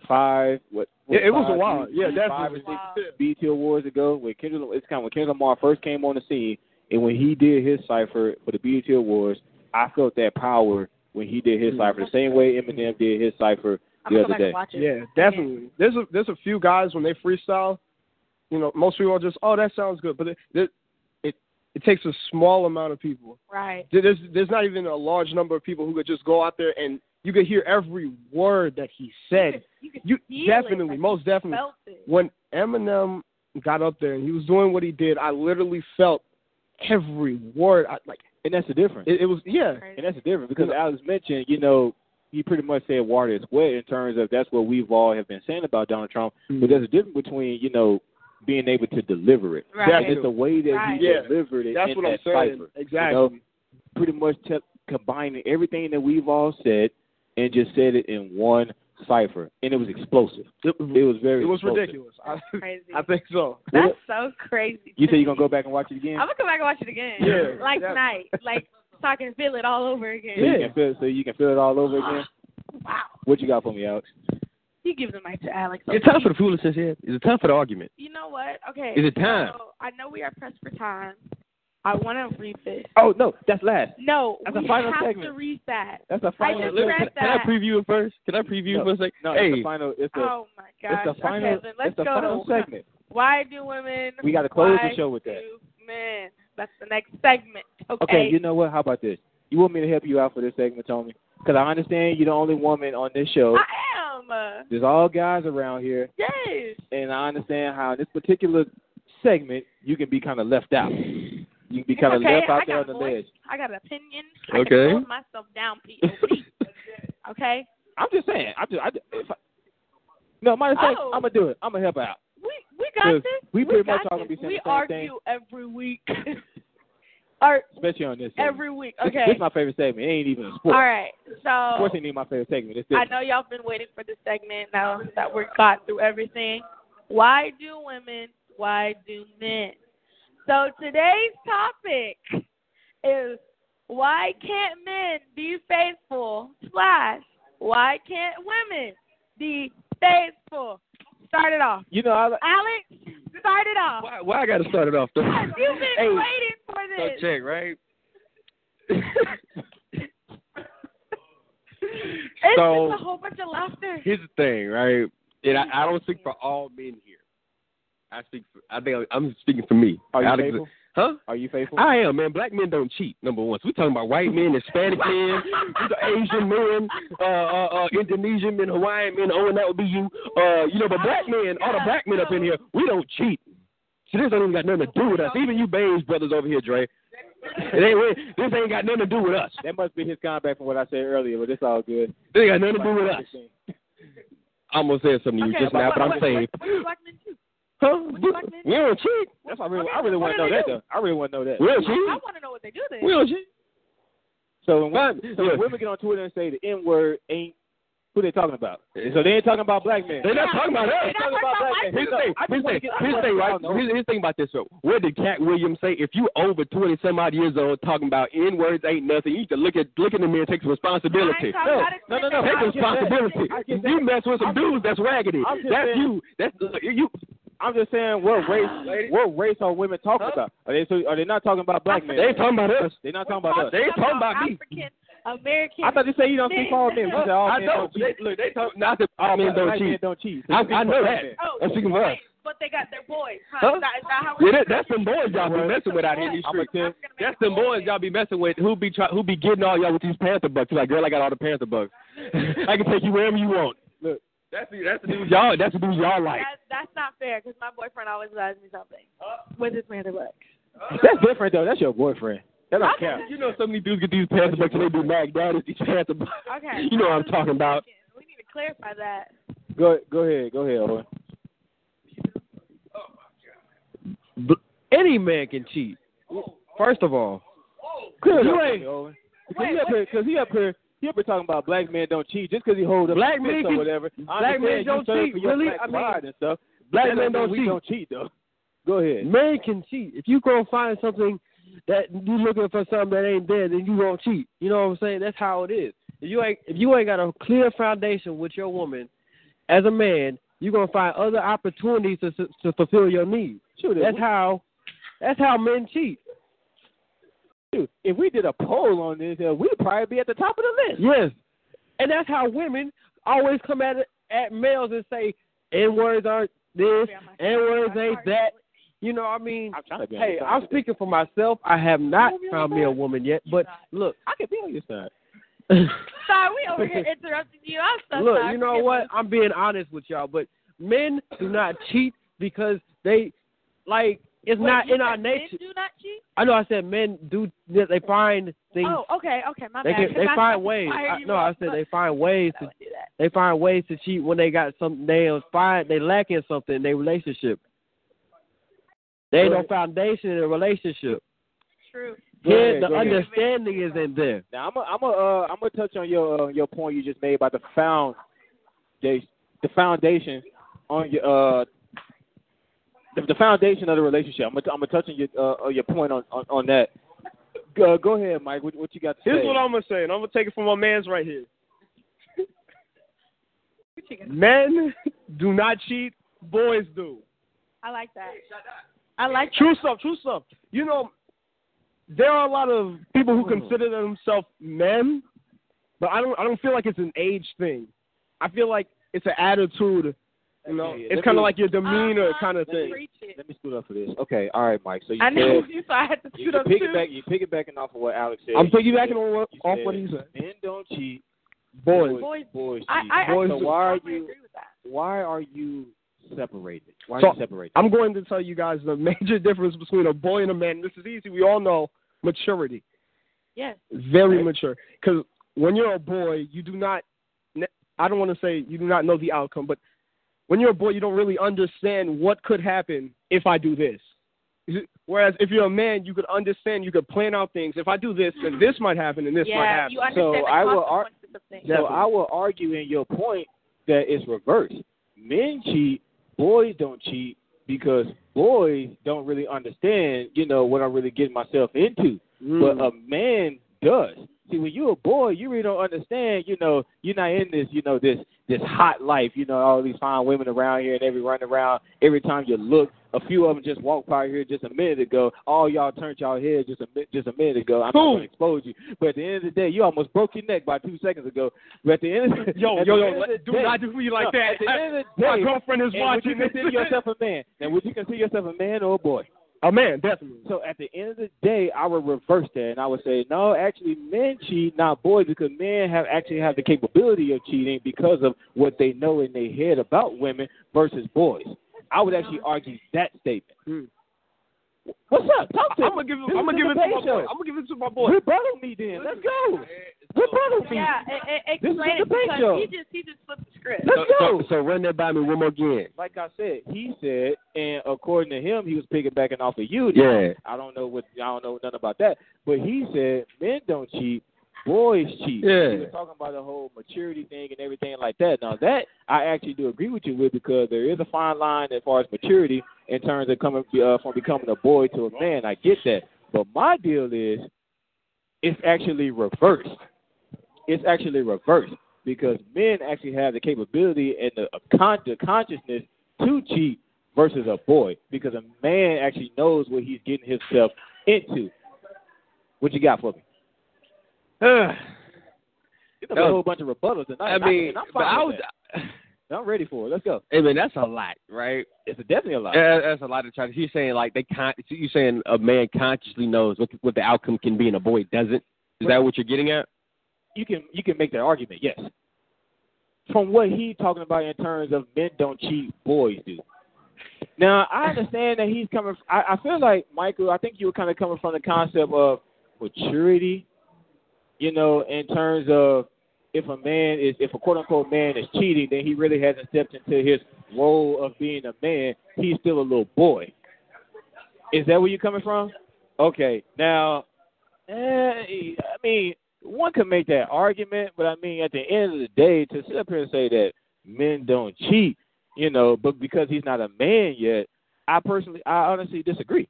five what Yeah, it was a five, while. Yeah, five or definitely. six BT Awards ago when Kendrick it's kind of when Kendrick Lamar first came on the scene and when he did his cipher for the BT Awards, I felt that power when he did his cipher the same way Eminem did his cipher I'm the gonna go other back day. and watch it. Yeah, definitely. There's a there's a few guys when they freestyle, you know, most people are just, oh, that sounds good, but it it it, it takes a small amount of people. Right. There- There's there's not even a large number of people who could just go out there and you could hear every word that he said. You, could You feel it, definitely, like, most you definitely. felt it. When Eminem got up there and he was doing what he did, I literally felt every word. I, like And that's the difference. it, it was, yeah, Crazy. And that's the difference because Alex mentioned, you know, he pretty much said water is wet in terms of that's what we've all have been saying about Donald Trump. But there's a difference between, you know, being able to deliver it. Right. And it's the way that Right. he Yeah. delivered it. that's in what that I'm saying. cipher, Exactly. You know, pretty much te- combining everything that we've all said and just said it in one cipher, and it was explosive. It, It was very. It was explosive. ridiculous. I, Crazy. I think so. That's so crazy. You to say you're gonna me. go back and watch it again? I'm gonna come back and watch it again. Yeah, like yeah. tonight. Like so I can feel it all over again. So you can feel, so you can feel it all over again. Wow. What you got for me, Alex? You give the mic to Alex. Is it okay? time for the foolishness here? Is it time for the argument? You know what? Okay. Is it time? So I know we are pressed for time. I want to read this. Oh no, that's last. No, That's we the final have to segment. read that. That's the I final. just segment. read Can I that. preview it first? Can I preview it for a second? No, it's hey, the final. It's the, oh my it's gosh. the final. okay, then let's it's the go final to segment. Why do women? We gotta close why the show with that. Do men. That's the next segment. Okay. Okay, you know what? How about this? You want me to help you out for this segment, Tommy? Because I understand you're the only woman on this show. I am. uh, There's all guys around here, Yes. and I understand how in this particular segment you can be kind of left out. You can be kind of okay, left out I there got on the voice. ledge. I got an opinion. I Okay. can hold myself down, Pete. okay. I'm just saying. I'm just. I, if I, no, matter of fact, Oh. I'm gonna do it. I'm gonna help out. We we 'Cause got this. we pretty much got all gonna this. be saying We the same thing. argue every week. Ar- especially on this. segment. every week. This- Okay. This, is my favorite segment. It ain't even a All sport. right. So Sports ain't even my favorite segment. It's this. I know y'all been waiting for this segment now that we got through everything. Why do women? Why do men? So today's topic is why can't men be faithful? Slash, why can't women be faithful? Start it off, You know, I, like- Alex. Start it off. why, why I got to start it off? Though? Because You've been hey, waiting for so this. check, right? It's so- just a whole bunch of laughter. Here's the thing, right? And I, I don't speak for all men here. I speak. For, I think I'm speaking for me. are you Alex- faithful? Huh? Are you faithful? I am, man. Black men don't cheat, number one. So we're talking about white men, Hispanic men, Asian men, uh, uh, uh, Indonesian men, Hawaiian men. Oh, and that would be you. Uh, you know, but black men, all the black men up in here, we don't cheat. So this don't even got nothing to do with us. Even you beige brothers over here, Dre. It ain't, this ain't got nothing to do with us. that must be his comeback from what I said earlier, but it's all good. This ain't got nothing to do with us. I almost said something to you okay, just now, but I'm what- saying, what- what do black men do? huh? what black men- We don't cheat. That's why I really, Okay, I really want what to do know they that. do? Though. I really want to know that. We don't I cheat. want to know what they do then. We don't cheat. So when Right. women, so Yeah. when women get on Twitter and say the N word ain't who they talking about. So they ain't talking about black men. They're not talking about us. They're not talking about black Here's the I thing. just Here's the wanna thing. get- I Here's the wanna thing, get right? all known. Here's, here's the thing about this. Though. What did Cat Williams say? If you over twenty some odd years old talking about n words ain't nothing, you need to look at look in the mirror and take some responsibility. I ain't talking about it. No, no, no, Take I get that. responsibility. I get that. You mess with some dudes that's raggedy. I'm just That's saying- you. That's look, you. I'm just saying what race Lady. what race are women talking Huh? about? Are they so, are they not talking about black men? They ain't talking about us. They're not talking about us. They ain't talking about me. African American. I thought you said you don't speak for all men. We said all I men know. Oh, don't They, cheat. look, they talk. Not that All all men don't black men cheat. don't cheat. I, Speak I for know black that. men. Oh, I'm speaking for us. wait, But they got their boys. Huh? Huh? Is, that, is that how Yeah, it that, that's them boys y'all be messing with out here in these I'ma streets. tell- That's them boys y'all be messing with. Who be try, who be getting all y'all with these Panther bucks? Like, girl, I got all the Panther bucks. I can take you wherever you want. Look. that's the, that's the dude y'all. That's the dude y'all like. That's, that's not fair because my boyfriend always buys me something with his Panther bucks. That's different though. That's your boyfriend. That I don't count. You know, so many dudes get these Panther bucks and they be mad down at these Panther bucks. Okay. You know what I'm talking about. We need to clarify that. Go go ahead, go ahead, Owen. But any man can cheat. First of all, Clear it You up for ain't- me, Owen. Because he up here, because he up here, he up here talking about black men don't cheat just because he hold up Black a men fist or can- whatever. I black men understand you don't serve cheat, for your really? Black I mean, pride and stuff. black That men don't mean don't we Don't cheat cheat. though. Go ahead. man can cheat. If you go find something that you looking for something that ain't there, then you gonna cheat. You know what I'm saying? That's how it is. If you ain't if you ain't got a clear foundation with your woman, as a man, you gonna find other opportunities to to fulfill your needs. Shoot, if That's we, how that's how men cheat. shoot, if we did a poll on this, uh, we'd probably be at the top of the list. Yes, and that's how women always come at it- at males and say n words aren't this, n words ain't that. You know, I mean, I'm trying to be. on Hey, your side I'm today. speaking for myself. I have not found me a woman yet, but look, I can be on your side. look, Sorry, we over here interrupting you. I'm so sorry. you know what? I'm being honest with y'all, but men do not cheat because they like it's Wait, not you in our said men nature. Do not cheat. I know I said men do that they find things Oh, okay, okay, my they bad. can, 'cause they I find thought ways. why are I, you no, I up? said they find ways I to wouldn't do that. they find ways to cheat when they got something they find they lacking something in their relationship. They ain't no Right. foundation in a relationship. True. Yeah, the go ahead. understanding isn't there. Now I'm a, I'm a, uh, I'm gonna touch on your uh, your point you just made about the found the foundation on your uh the, the foundation of the relationship. I'm gonna, I'm gonna touch on your uh, uh, your point on on, on that. Go, go ahead, Mike. What, what you got to say? Here's what I'm gonna say, and I'm gonna take it from my man's right here. Men do not cheat, boys do. I like that. I like that. True stuff, true stuff. You know, there are a lot of people Mm-hmm. who consider themselves men, but I don't I don't feel like it's an age thing. I feel like it's an attitude. You know, Okay, let it's kind me- of like your demeanor Uh-huh. kind of thing. Preach it. Let me scoot up for this. Okay, all right, Mike. So you I know said you, so I had to you shoot up too. piggyback, you piggybacking off of what Alex said. I'm You piggybacking said- on what, you off said what he said. Men don't cheat. Boys. Boys- boys cheat. I, I so actually why are totally you agree with that. why are you separated? Why are So, you separated? I'm going to tell you guys the major difference between a boy and a man. This is easy. We all know maturity. Yes. very mature. Because when you're a boy, you do not. ne- I don't want to say you do not know the outcome, but when you're a boy, you don't really understand what could happen if I do this. Is it- Whereas if you're a man, you could understand, you could plan out things. If I do this, then this might happen, and this might Yeah, happen. you understand So the I will ar- consequences of things. So I will argue in your point that it's reversed. Men cheat, boys don't cheat because boys don't really understand, you know, what I'm really getting myself into. Mm. But a man does. See, when you're a boy, you really don't understand, you know, you're not in this, you know, this this hot life, you know, all these fine women around here and every run around, every time you look, a few of them just walked by here just a minute ago. All y'all turned y'all head just a mi- just a minute ago. I'm not Boom. gonna expose you, but at the end of the day, you almost broke your neck about two seconds ago. But at the end of the yo, at yo, the yo, end of the do day- not do me like no, that. At the end of the My day, girlfriend is and would you watching consider yourself a man? Now, would you consider yourself a man or a boy? a man, definitely. So at the end of the day, I would reverse that and I would say, no, actually, men cheat, not boys, because men have actually have the capability of cheating because of what they know in their head about women versus boys. I would actually argue that statement. What's up? Talk to Hmm. I'm me. gonna give, This I'm is gonna give a it to debate my boy. show. I'm gonna give it to my boy. Rebuttal me then. Let's go. Rebuttal me. Yeah, e- e- This is explain a it debate because show. he just he just flipped the script. Let's go. So run that by me one more again. like I said, he said, and according to him, he was piggybacking off of you. Yeah. I don't know what I don't know nothing about that, but he said men don't cheat, boys cheat. Yeah. He was talking about the whole maturity thing and everything like that. Now that I actually do agree with you with because there is a fine line as far as maturity in terms of coming uh, from becoming a boy to a man. I get that, but my deal is it's actually reversed. It's actually reversed because men actually have the capability and the con- the consciousness to cheat versus a boy because a man actually knows what he's getting himself into. What you got for me? You got a That whole bunch of rebuttals tonight. I and mean, and I'm, fine but I was. with that. I'm ready for it. Let's go. I mean, that's a lot, right? It's definitely a lot. Yeah, that's a lot to try to. You're saying like they con. You're saying a man consciously knows what what the outcome can be, and a boy doesn't. Is that what you're getting at? You can you can make that argument. Yes. From what he talking about in terms of men don't cheat, boys do. Now I understand that he's coming. I, I feel like Michael. I think you were kind of coming from the concept of maturity. You know, in terms of if a man is, if a quote unquote man is cheating, then he really hasn't stepped into his role of being a man. He's still a little boy. Is that where you're coming from? Okay. Now, eh, I mean, one could make that argument, but I mean, at the end of the day, to sit up here and say that men don't cheat, you know, but because he's not a man yet, I personally, I honestly disagree.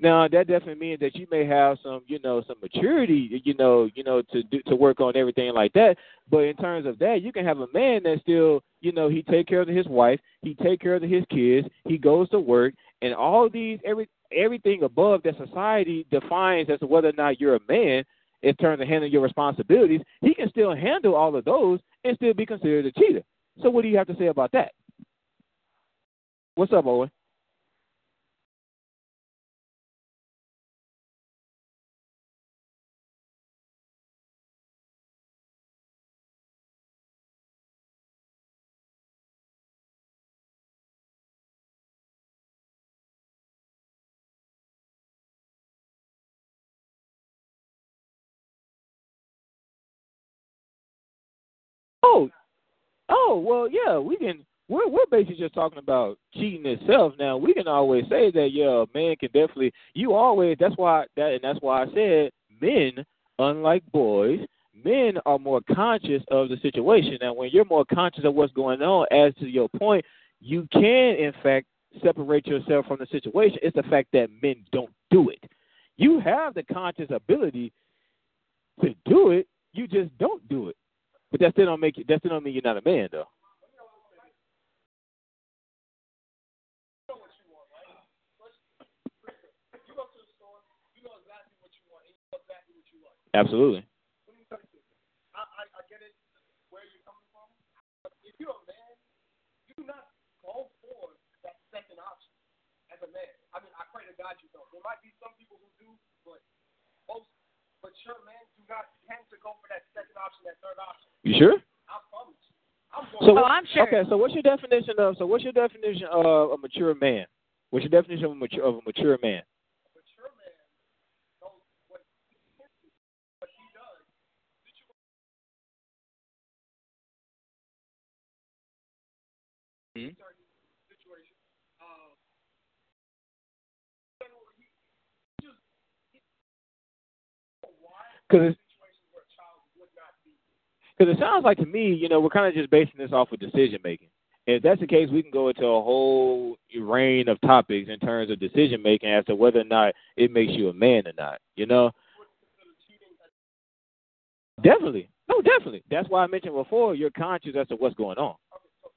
Now that definitely means that you may have some, you know, some maturity, you know, you know, to do to work on everything like that. But in terms of that, you can have a man that still, you know, he take care of his wife, he take care of his kids, he goes to work, and all these every everything above that society defines as to whether or not you're a man in terms of handling your responsibilities, he can still handle all of those and still be considered a cheater. So what do you have to say about that? What's up, Owen? Oh, oh, well, yeah, we can we're we're basically just talking about cheating itself. Now we can always say that yeah, a man can definitely. You always that's why that and that's why I said men, unlike boys, men are more conscious of the situation. And when you're more conscious of what's going on, as to your point, you can in fact separate yourself from the situation. It's the fact that men don't do it. You have the conscious ability to do it. You just don't do it. But that still don't make you. That still don't mean you're not a man, though. Absolutely. You sure? So, Oh, I'm sure. Okay, so what's your definition of so what's your definition of a mature man? What's your definition of a mature of a mature man? Because Because it sounds like to me, you know, we're kind of just basing this off of decision making. If that's the case, we can go into a whole range of topics in terms of decision making as to whether or not it makes you a man or not. You know, definitely, no, definitely. That's why I mentioned before you're conscious as to what's going on.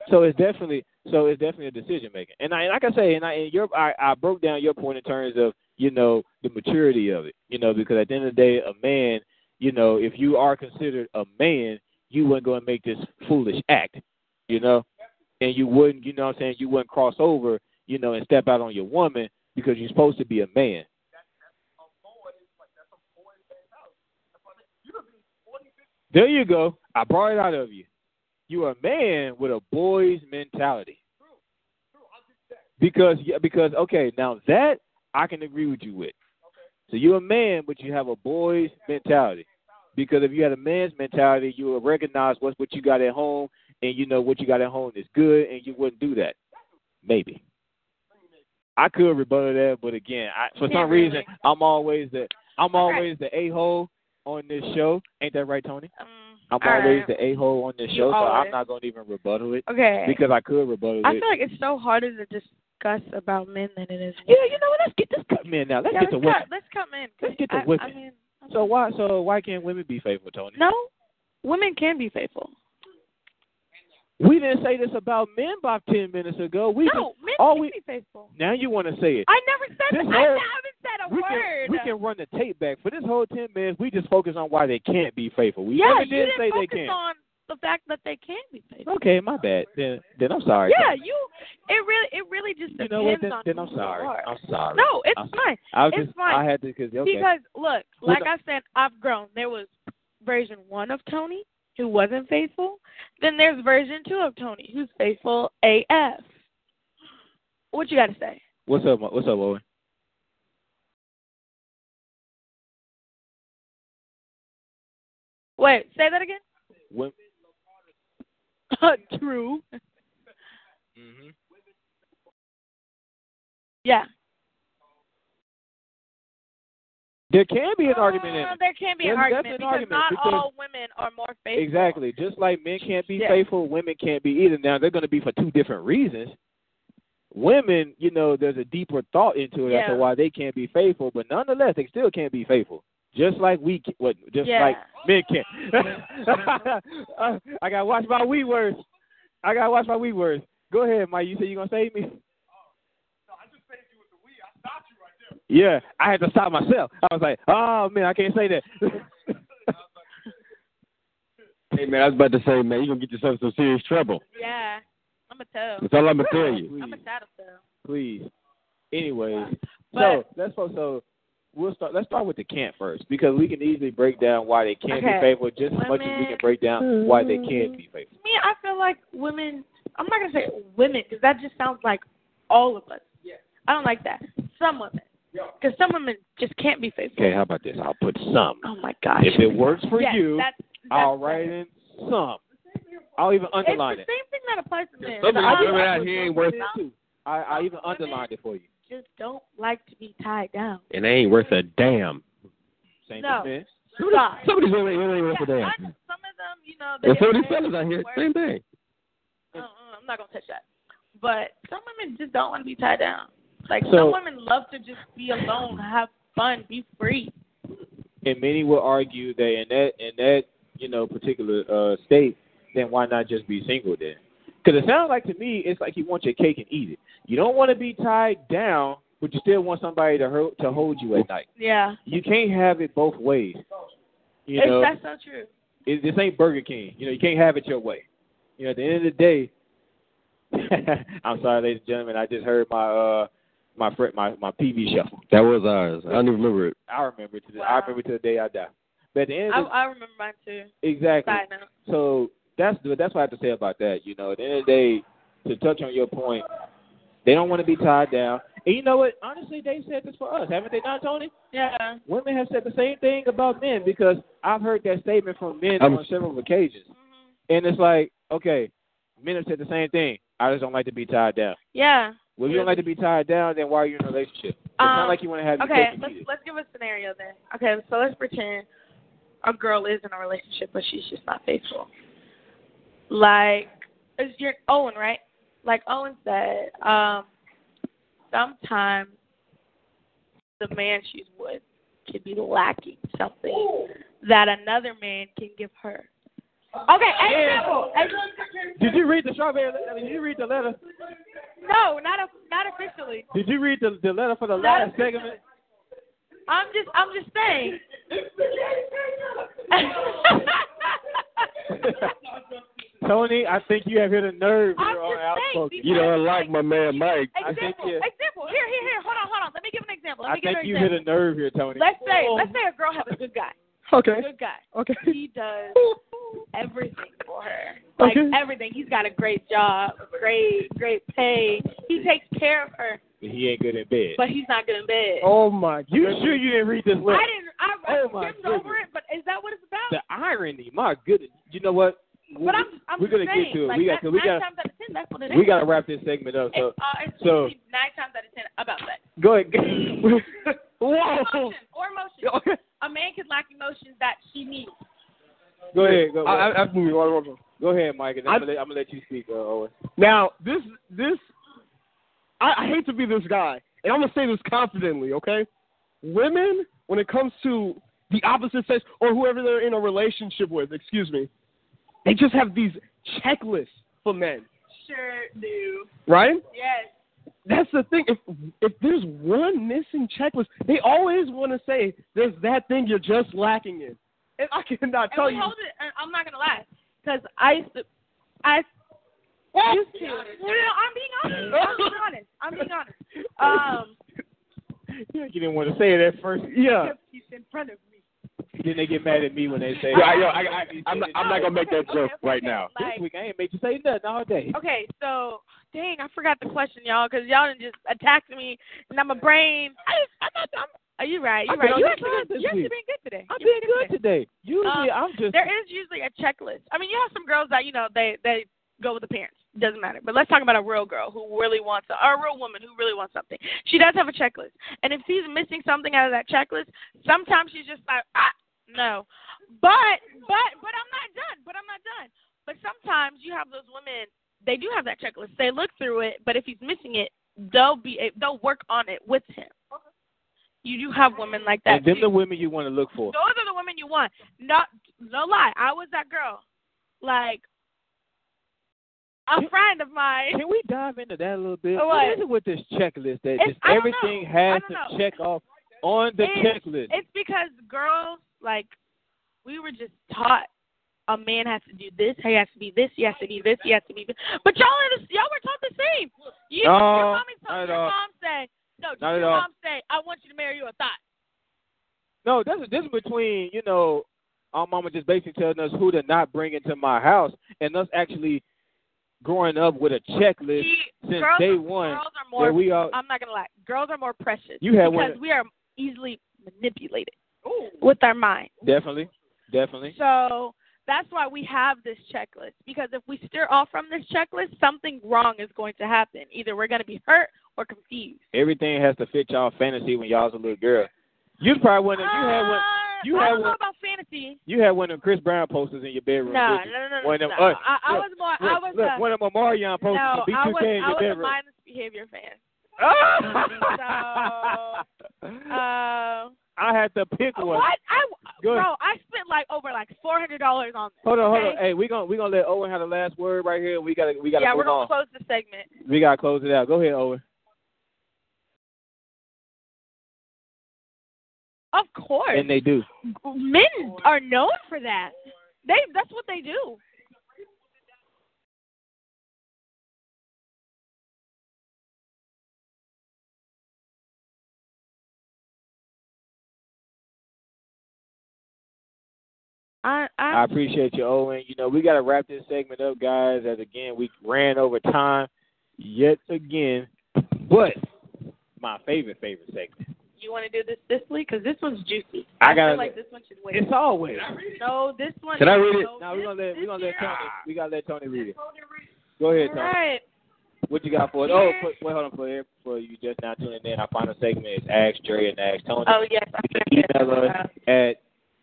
So it's definitely, so it's definitely a decision making. And I, and like I say, and I, and your, I, I broke down your point in terms of you know the maturity of it. You know, because at the end of the day, a man, you know, if you are considered a man, you wouldn't go and make this foolish act, you know? And you wouldn't, you know what I'm saying, you wouldn't cross over, you know, and step out on your woman because you're supposed to be a man. There you go. I brought it out of you. You are a man with a boy's mentality. Because yeah, because okay, now that I can agree with you with. So you're a man, but you have a boy's mentality because if you had a man's mentality, you would recognize what's what you got at home, and you know what you got at home is good, and you wouldn't do that. Maybe I could rebuttal that, but again, I, for Can't some reason, really. I'm always the I'm All right. always the a hole on this show. Ain't that right, Tony? Um, I'm all always right. the a hole on this You show, so always. I'm not gonna even rebuttal it Okay. because I could rebuttal I it. feel like it's so harder to discuss about men than it is. yeah, women. you know what? Let's get this cut man now. Let's Yeah, get to let's work. cut- Let's come in. Let's get to I, I whipping. mean, So why so why can't women be faithful, Tony? no, women can be faithful. We didn't say this about men about ten minutes ago. We just- no, men all can we- be faithful. now you want to say it. I never said This that. whole- I haven't said a we word. Can, we can run the tape back for this whole ten minutes. We just focus on why they can't be faithful. We yeah, never you did didn't say focus they can't. on the fact that they can be faithful. Okay, my bad. Then then I'm sorry. yeah, Tony. you. It really, it really just you depends know what? Then, on then who I'm you sorry. are. I'm sorry. No, it's I'm sorry. fine. I was it's just fine. I had to because okay. Because look, Well, like I said, I've grown. There was version one of Tony who wasn't faithful. Then there's version two of Tony who's faithful AF. What you got to say? what's up? Mo- What's up, Owen? Wait, say that again. When, True. mm-hmm. Yeah. There can be an argument in Uh, it. there can be an There's argument because definitely an argument not because- all women are more faithful. Exactly. Just like men can't be Yeah. faithful, women can't be either. Now they're going to be for two different reasons. Women, you know, there's a deeper thought into it as to Yeah. why they can't be faithful, but nonetheless, they still can't be faithful. Just like we, ca- what, just Yeah. like men can. I gotta watch my wee words. I gotta watch my wee words. Go ahead, Mike. You said you gonna save Oh, me? Yeah, I had to stop myself. I was like, oh man, I can't say that. Hey man, I was about to say, man, you gonna get yourself in some serious trouble. Yeah. I'm going to tell. That's all I'm gonna tell you. I'm going to tell them. please. Anyways, so But- let's fo- so we'll start. Let's start with the can't first because we can easily break down why they can't Okay. be faithful just as much as we Women- Mm-hmm. can break down why they can be faithful. me, I feel like women. I'm not gonna say women because that just sounds like all of us. I don't like that. Some women, because some women just can't be faithful. Okay, how about this? I'll put some. Oh my gosh. If it works for yes, you, that's, that's I'll write in some. I'll even It's underline the it. same thing that plus men. Some of The these other women out ones here don't ain't worth know, I, I even Women- underlined it for you. Just don't like to be tied down. and they ain't worth a damn. Same No. for men. Stop. Some of these women ain't really worth a Yeah, damn. I know some of them, you know, they And some of they- these fellas out here, same thing. Uh-uh, I'm not gonna touch that. But some women just don't want to be tied down. Like some So- women love to just be alone, have fun, be free. and many will argue that in that in that you know particular uh state, then why not just be single then? Because it sounds like to me, it's like you want your cake and eat it. You don't want to be tied down, but you still want somebody to ho- to hold you at night. Yeah, You can't have it both ways. You It's- know, that's so true. it, this ain't Burger King. You know, you can't have it your way. You know, at the end of the day, I'm sorry, ladies and gentlemen, I just heard my uh my friend my my PV shuffle. That was ours. I don't even remember it. I remember it to the, I Wow. remember to the day I die. But at the end I, of I remember mine too. the, exactly. Side note. So that's that's what I have to say about that. You know, at the end of the day, to touch on your point, they don't want to be tied down. And you know what? Honestly, they said this for us, haven't they not, Tony? Yeah. Women have said the same thing about men because I've heard that statement from men I'm- on several occasions. hmm And it's like, okay, men have said the same thing. I just don't like to be tied down. Yeah. Well, if you don't like to be tied down, then why are you in a relationship? It's not Um, like you want to have your Okay, cake and let's eat it. let's give a scenario then. Okay, so let's pretend a girl is in a relationship, but she's just not faithful. Like, is your Owen right? Like Owen said, um, sometimes the man she's with can be lacking something that another man can give her. Okay, example. Did you read the strawberry? le- Did you read the letter? No, not a, not officially. Did you read the, the letter for the Not last segment? I'm just I'm just saying. Tony, I think you have hit a nerve I'm here on just Outspoken. saying, You don't like my man Mike. I think example, you- example. Here, here, here. Hold on, hold on. Let me give an example. Let I me give think an you hit example. a nerve here, Tony. Let's say let's say a girl has a good guy. Okay. Good guy. Okay. He does everything for her. Like Okay. everything. He's got a great job, great, great pay. He takes care of her, he ain't good at bed. but he's not good in bed. Oh my You sure you didn't read this letter? I didn't. I, Oh, my I skimmed over it, but is that what it's about? The irony, my goodness. You know what? But I'm, I'm we're gonna just saying, get to it. Like, we got nine, we nine got times out of ten, that's what it is. we got to wrap this segment up. So It's, uh, it's so- usually nine times out of ten about sex. go ahead. Whoa. Emotion or emotion. A man can lack emotions that she needs. go ahead. Go, I, I, I, go ahead, Mike. And I- I'm, gonna let, I'm gonna let you speak, uh, Owen. now this this I, I hate to be this guy, and I'm gonna say this confidently, okay? Women, when it comes to the opposite sex or whoever they're in a relationship with, excuse me, they just have these checklists for men, Sure do. right? Yes. That's the thing. If if there's one missing checklist, they always want to say there's that thing you're just lacking in, and I cannot And tell we you. hold it. And I'm not gonna lie, because I used to, I used to. No, no, no, I'm being honest. I'm being honest. I'm being honest. Um, You didn't want to say it at first. yeah, he's in front of me. Then they get mad at me when they say, Yeah, I, yo, I, I, I'm not, I'm not No, gonna make okay, that joke okay, okay, right now. "This like- week I ain't make you say nothing all day." Okay, so dang, I forgot the question, y'all, because y'all done just attacked me, and I'm a brain. I just, I'm not. I'm, are you right? You're I've been right. on You your actually, side this you actually week. been good today. I'm You being been good today. Usually, Um, I'm just There is usually a checklist. I mean, you have some girls that you know they they go with the parents. Doesn't matter. But let's talk about a real girl who really wants a, or a real woman who really wants something. She does have a checklist, and if she's missing something out of that checklist, sometimes she's just like, ah, no. But but but I'm not done. But I'm not done. But sometimes you have those women. They do have that checklist. They look through it, but if he's missing it, they'll be a- they'll work on it with him. You do have women like that. and them too the women you want to look for. those are the women you want. Not no lie, I was that girl. Like a friend of mine. Can we dive into that a little bit? What? what is it with this checklist that It's- just I don't everything know. I has don't to know. check off on the It's- checklist? It's because girls like we were just taught a man has to do this, he has to be this, he has to be this, he has to be this. But y'all are the, y'all were taught the same. You No, your mommy not told at your all. mom say no, did Not at your all. mom say I want you to marry you a thought. no, that's this is between you know our mama just basically telling us who to not bring into my house and us actually growing up with a checklist See, since girls, day one. girls are where more we all I'm not gonna lie. Girls are more precious You had one- because we are easily manipulated with our mind. definitely, definitely. So That's why we have this checklist because if we steer off from this checklist, something wrong is going to happen. Either we're going to be hurt or confused. Everything has to fit y'all fantasy when y'all was a little girl. You probably one of you had one. you Uh, I had don't know one- about fantasy. You had one of them Chris Brown posters in your bedroom. No, no, didn't you? no, no. One of no. them. uh, I, I look, was more. Look, I was. look, a, one of them Omarion no, posters. of I B2K was. in I your was a bedroom. mindless behavior fan. Uh, I had to pick one. what? I Go ahead. bro, I spent like over like four hundred dollars on this. Hold on, hold okay? on. Hey, we gonna we gonna let Owen have the last word right here. We gotta we gotta yeah, move we're gonna on. close the segment. we gotta close it out. Go ahead, Owen. Of course, And they do. men are known for that. They that's what they do. I I I appreciate you, Owen. You know we gotta wrap this segment up, guys. As again we ran over time yet again, but my favorite favorite segment. you want to do this this week because this one's juicy. I feel gotta- like this one should wait. It's always. No, this one. Can I read it? No, Now we're this- gonna let we this gonna let here- Tony we gotta let Tony read it. Go ahead, All Tony. right. What you got for us? Oh, wait, wait, hold on for here for you just now tuning in. Our final segment is Ask Dre and Ask Tony. Oh yes. I You forgot can email that. us at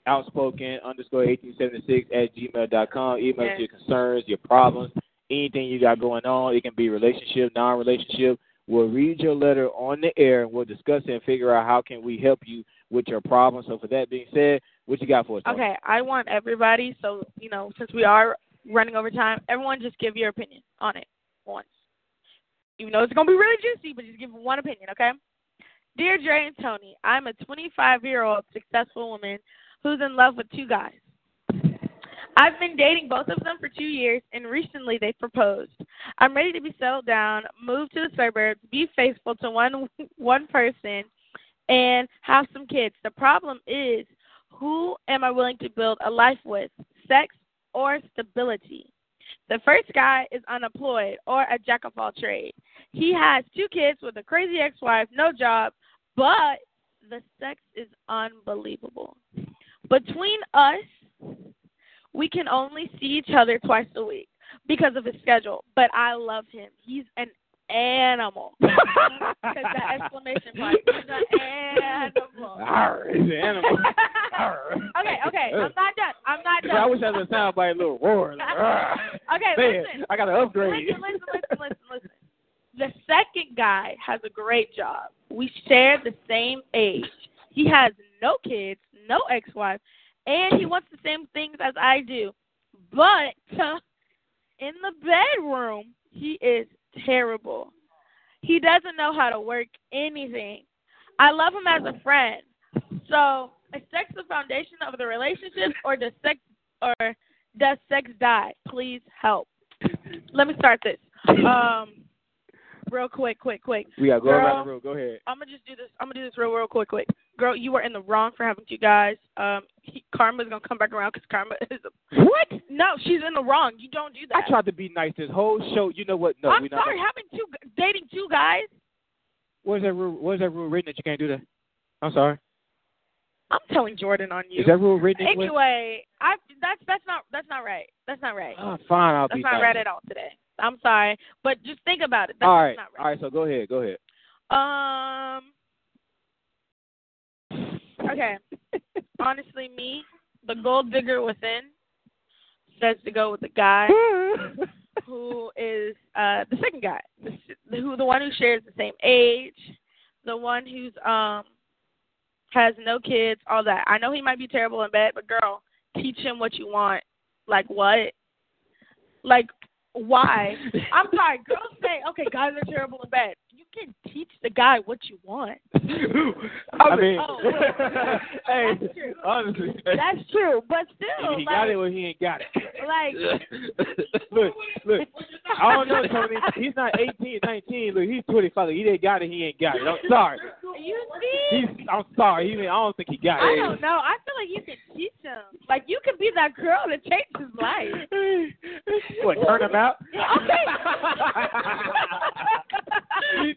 outspoken underscore eighteen seventy six at gmail dot com. Email us Yes. your concerns, your problems, anything you got going on. It can be relationship, non relationship. We'll read your letter on the air and we'll discuss it and figure out how can we help you with your problem. So for that being said, what you got for us? Tony? Okay, I want everybody. So you know, since we are running over time, everyone just give your opinion on it once. Even though it's gonna be really juicy, but just give one opinion, okay? Dear Dre and Tony, I'm a 25 year old successful woman who's in love with two guys. I've been dating both of them for two years, and recently they proposed. I'm ready to be settled down, move to the suburbs, be faithful to one one person, and have some kids. The problem is, who am I willing to build a life with? Sex or stability? The first guy is unemployed or a jack of all trades. He has two kids with a crazy ex-wife, no job, but the sex is unbelievable. Between us, we can only see each other twice a week because of his schedule. But I love him. He's an animal. Because that exclamation mark. He's an animal. Arr, he's an animal. Arr. okay, okay. I'm not done. I'm not done. I wish I could sound by a little roar. Like, arr. Okay, Man, listen. I gotta upgrade. Listen, listen, listen, listen, listen. The second guy has a great job. We share the same age. He has no kids, no ex wife, and he wants the same things as I do. But in the bedroom, he is terrible. He doesn't know how to work anything. I love him as a friend. So, is sex the foundation of the relationship, or does sex, or does sex die? Please help. Let me start this. Um, real quick, quick, quick. We gotta go Girl. around the room. Go ahead. I'm gonna just do this. I'm gonna do this real, real quick, quick. Girl, you are in the wrong for having two guys. Um, he, karma's gonna come back around because karma is. A, What? no, she's in the wrong. You don't do that. I tried to be nice this whole show. You know what? No, I'm we not. sorry, having two g- dating two guys. Where's that rule? Where's that rule written that you can't do that? I'm sorry. I'm telling Jordan on you. Is that rule written? anywhere? anyway, I that's that's not that's not right. That's not right. Ah, fine, I'll that's be not nice. right at all today. I'm sorry, but just think about it. That's all right, not all right. So go ahead, go ahead. right. Um. Okay. Honestly, me, the gold digger within, says to go with the guy who is uh the second guy, the, s- who the one who shares the same age, the one who's um has no kids, all that. I know he might be terrible in bed, but girl, teach him what you want. Like what? Like why? I'm sorry, girls say, okay, guys are terrible in bed. You can teach the guy what you want. I mean, Oh. hey, That's true. honestly, That's true, but still, he like, got it when he ain't got it. like Look, look. I don't know, Tony. He's not 18, 19. Look, he's 25. He ain't got it. He ain't got it. I'm sorry. you see. He's. I'm sorry. He. I don't think he got I it. don't know. I feel like you can teach him. Like you can be that girl that changes his life. What? Turn him out?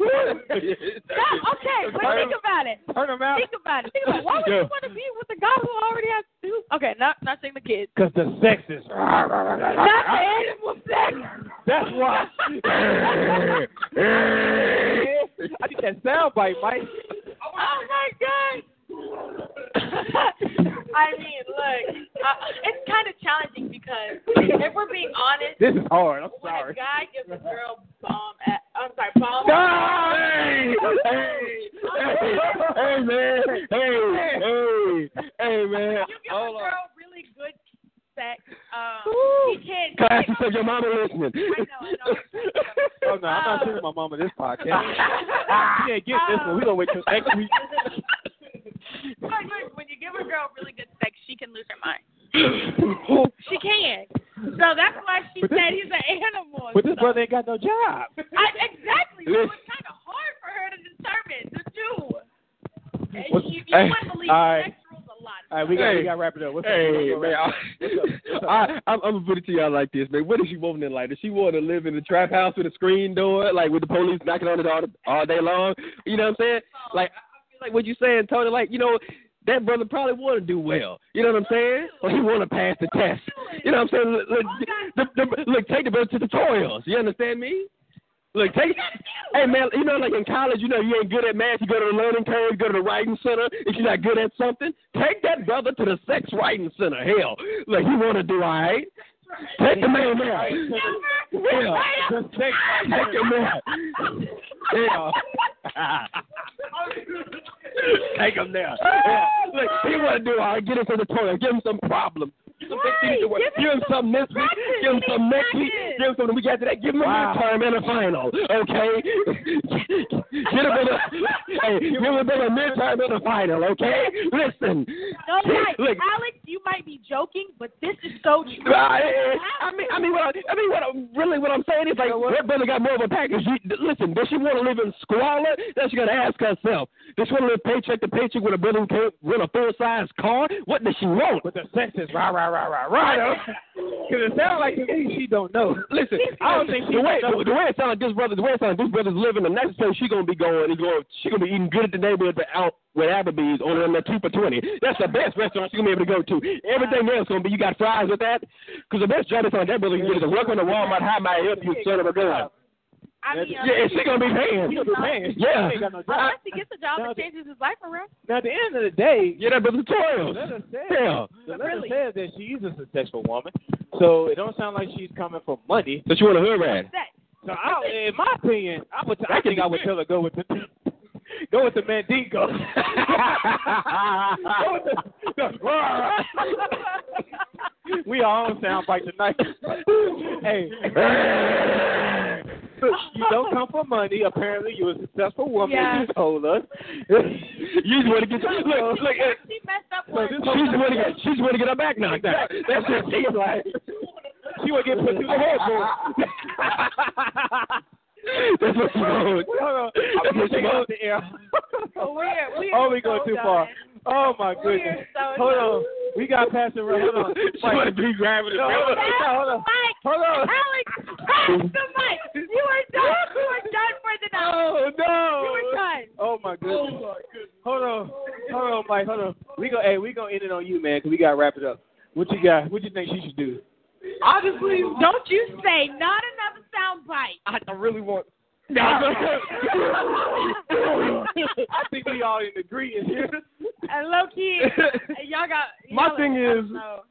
Okay. That, okay, but think about it. Turn him out. Think about it. Think about it. Why would you want to be with a guy who already has two? Okay, not not saying the kids. Because the sex is. Not the animal sex. That's why. I need that sound bite, Mike. Oh my god. I mean, look, uh, it's kind of challenging because if we're being honest, This is hard. I'm when a sorry. guy gives a girl bomb, at, I'm sorry, bomb. Hey, hey, hey, hey, man, hey, hey, hey, man. You give a girl really good sex. Um, he can't. Class he and said your mama listening. I know, I Oh no, I'm not sending my mama this podcast. know. She ain't get this one. We gonna wait till next week. Like, look, when you give a girl really good sex, she can lose her mind. She can. So that's why she said he's an animal. But this So- brother ain't got no job. I, exactly. So it's kind of hard for her to determine the two. And What's- you you hey, want to believe all right. sex rules a lot. All right, we got Hey. we got to wrap it up. What's up? Hey, What's up? man. What's up? I, I, I'm, I'm gonna put it to y'all like this, man. What does she want in life? Does she want to live in a trap house with a screen door, like with the police knocking on it all all day long? You know what I'm saying? Like, I I feel like what you saying, Tony. Like, you know, that brother probably want to do well. You know what I'm saying? Or he want to pass the test. You know what I'm saying? Look, look, the, the, look take the brother to tutorials. You understand me? Look, take. Hey man, you know, like in college, you know, you ain't good at math. You go to the learning curve, you go to the writing center. If you're not good at something, take that brother to the sex writing center. Hell, like you want to do all right. Take the man there. Yeah, The sex take the man. Yeah. Take him there. Yeah. Look, he want to do all right. Get him to the toilet. Give him some problems. Give him some big things to work. Right. Give him Give him some some next week. practice. Give him He some needs next week. practice. Give him some the week after that. Give him a Wow. midterm and a final. Okay. Get him a little, hey, give him a bit of midterm and a final. Okay. Listen. No, like, Look, Alex, you might be joking, but this is so true. I, I mean, I mean, what I, I mean, what I'm really, what I'm saying is like, that brother got more of a package. You, listen, does she want to live in squalor? That's she got to ask herself. Does she want to live paycheck to paycheck with a brother who can't rent a full size car? What does she want? But the sex is rah rah rah rah rah. Because it sounds like to me she don't know. Listen, I don't think the way the, way it sounds like this brother, the way it sounds like this brother's living, the next place she gonna be going is going, she gonna be eating good at the neighborhood but out with Applebee's on that two for twenty. That's the best restaurant she gonna be able to go to. Everything else gonna be you got fries with that, because the best job is on that brother can get is a welcome to Walmart. How may I help you, son of a gun? I mean, Yeah, and she gonna be paying. She gonna be paying. Yeah. She ain't got no job. unless he gets a job Now that the- changes his life around. Now, at the end of the day, Yeah, that brother the Toils. letter says, Yeah. the letter Really? says that she is a successful woman. So it don't sound like she's coming for money. But you want a hood rat? Sex. So I, in my opinion, I would. I think I would tell her go with the go with the Mandingo. go with the, the- we are on soundbite tonight. hey, you don't come for money. Apparently, you're a successful woman. Yeah. You told us. You just want to get look, look. eh, She messed up So once. this- She's want to get she's want to get her back knocked out. That's what she's like. She would get put through the headboard. That's what she wants. Hold on. That's what she Take it off wants. the air. we are, we are Oh, we so going too done. far. Oh my We are goodness. so Hold done. on. We got past it right. Hold on. She want to be grabbing the No, hold on. brother. Hold on. Mike, Hold on. Alex, pass the mic. You are done. You are done for the night. Oh You are no. done. Oh my goodness. Hold on. Hold on, Mike. Hold on. We go. Hey, we gonna end it on you, man, 'cause we gotta wrap it up. What you got? What you think she should do? Honestly, don't you say not another sound bite. I I really want. I think we all in agreement here. And low key, y'all got. My y'all thing let us is- know.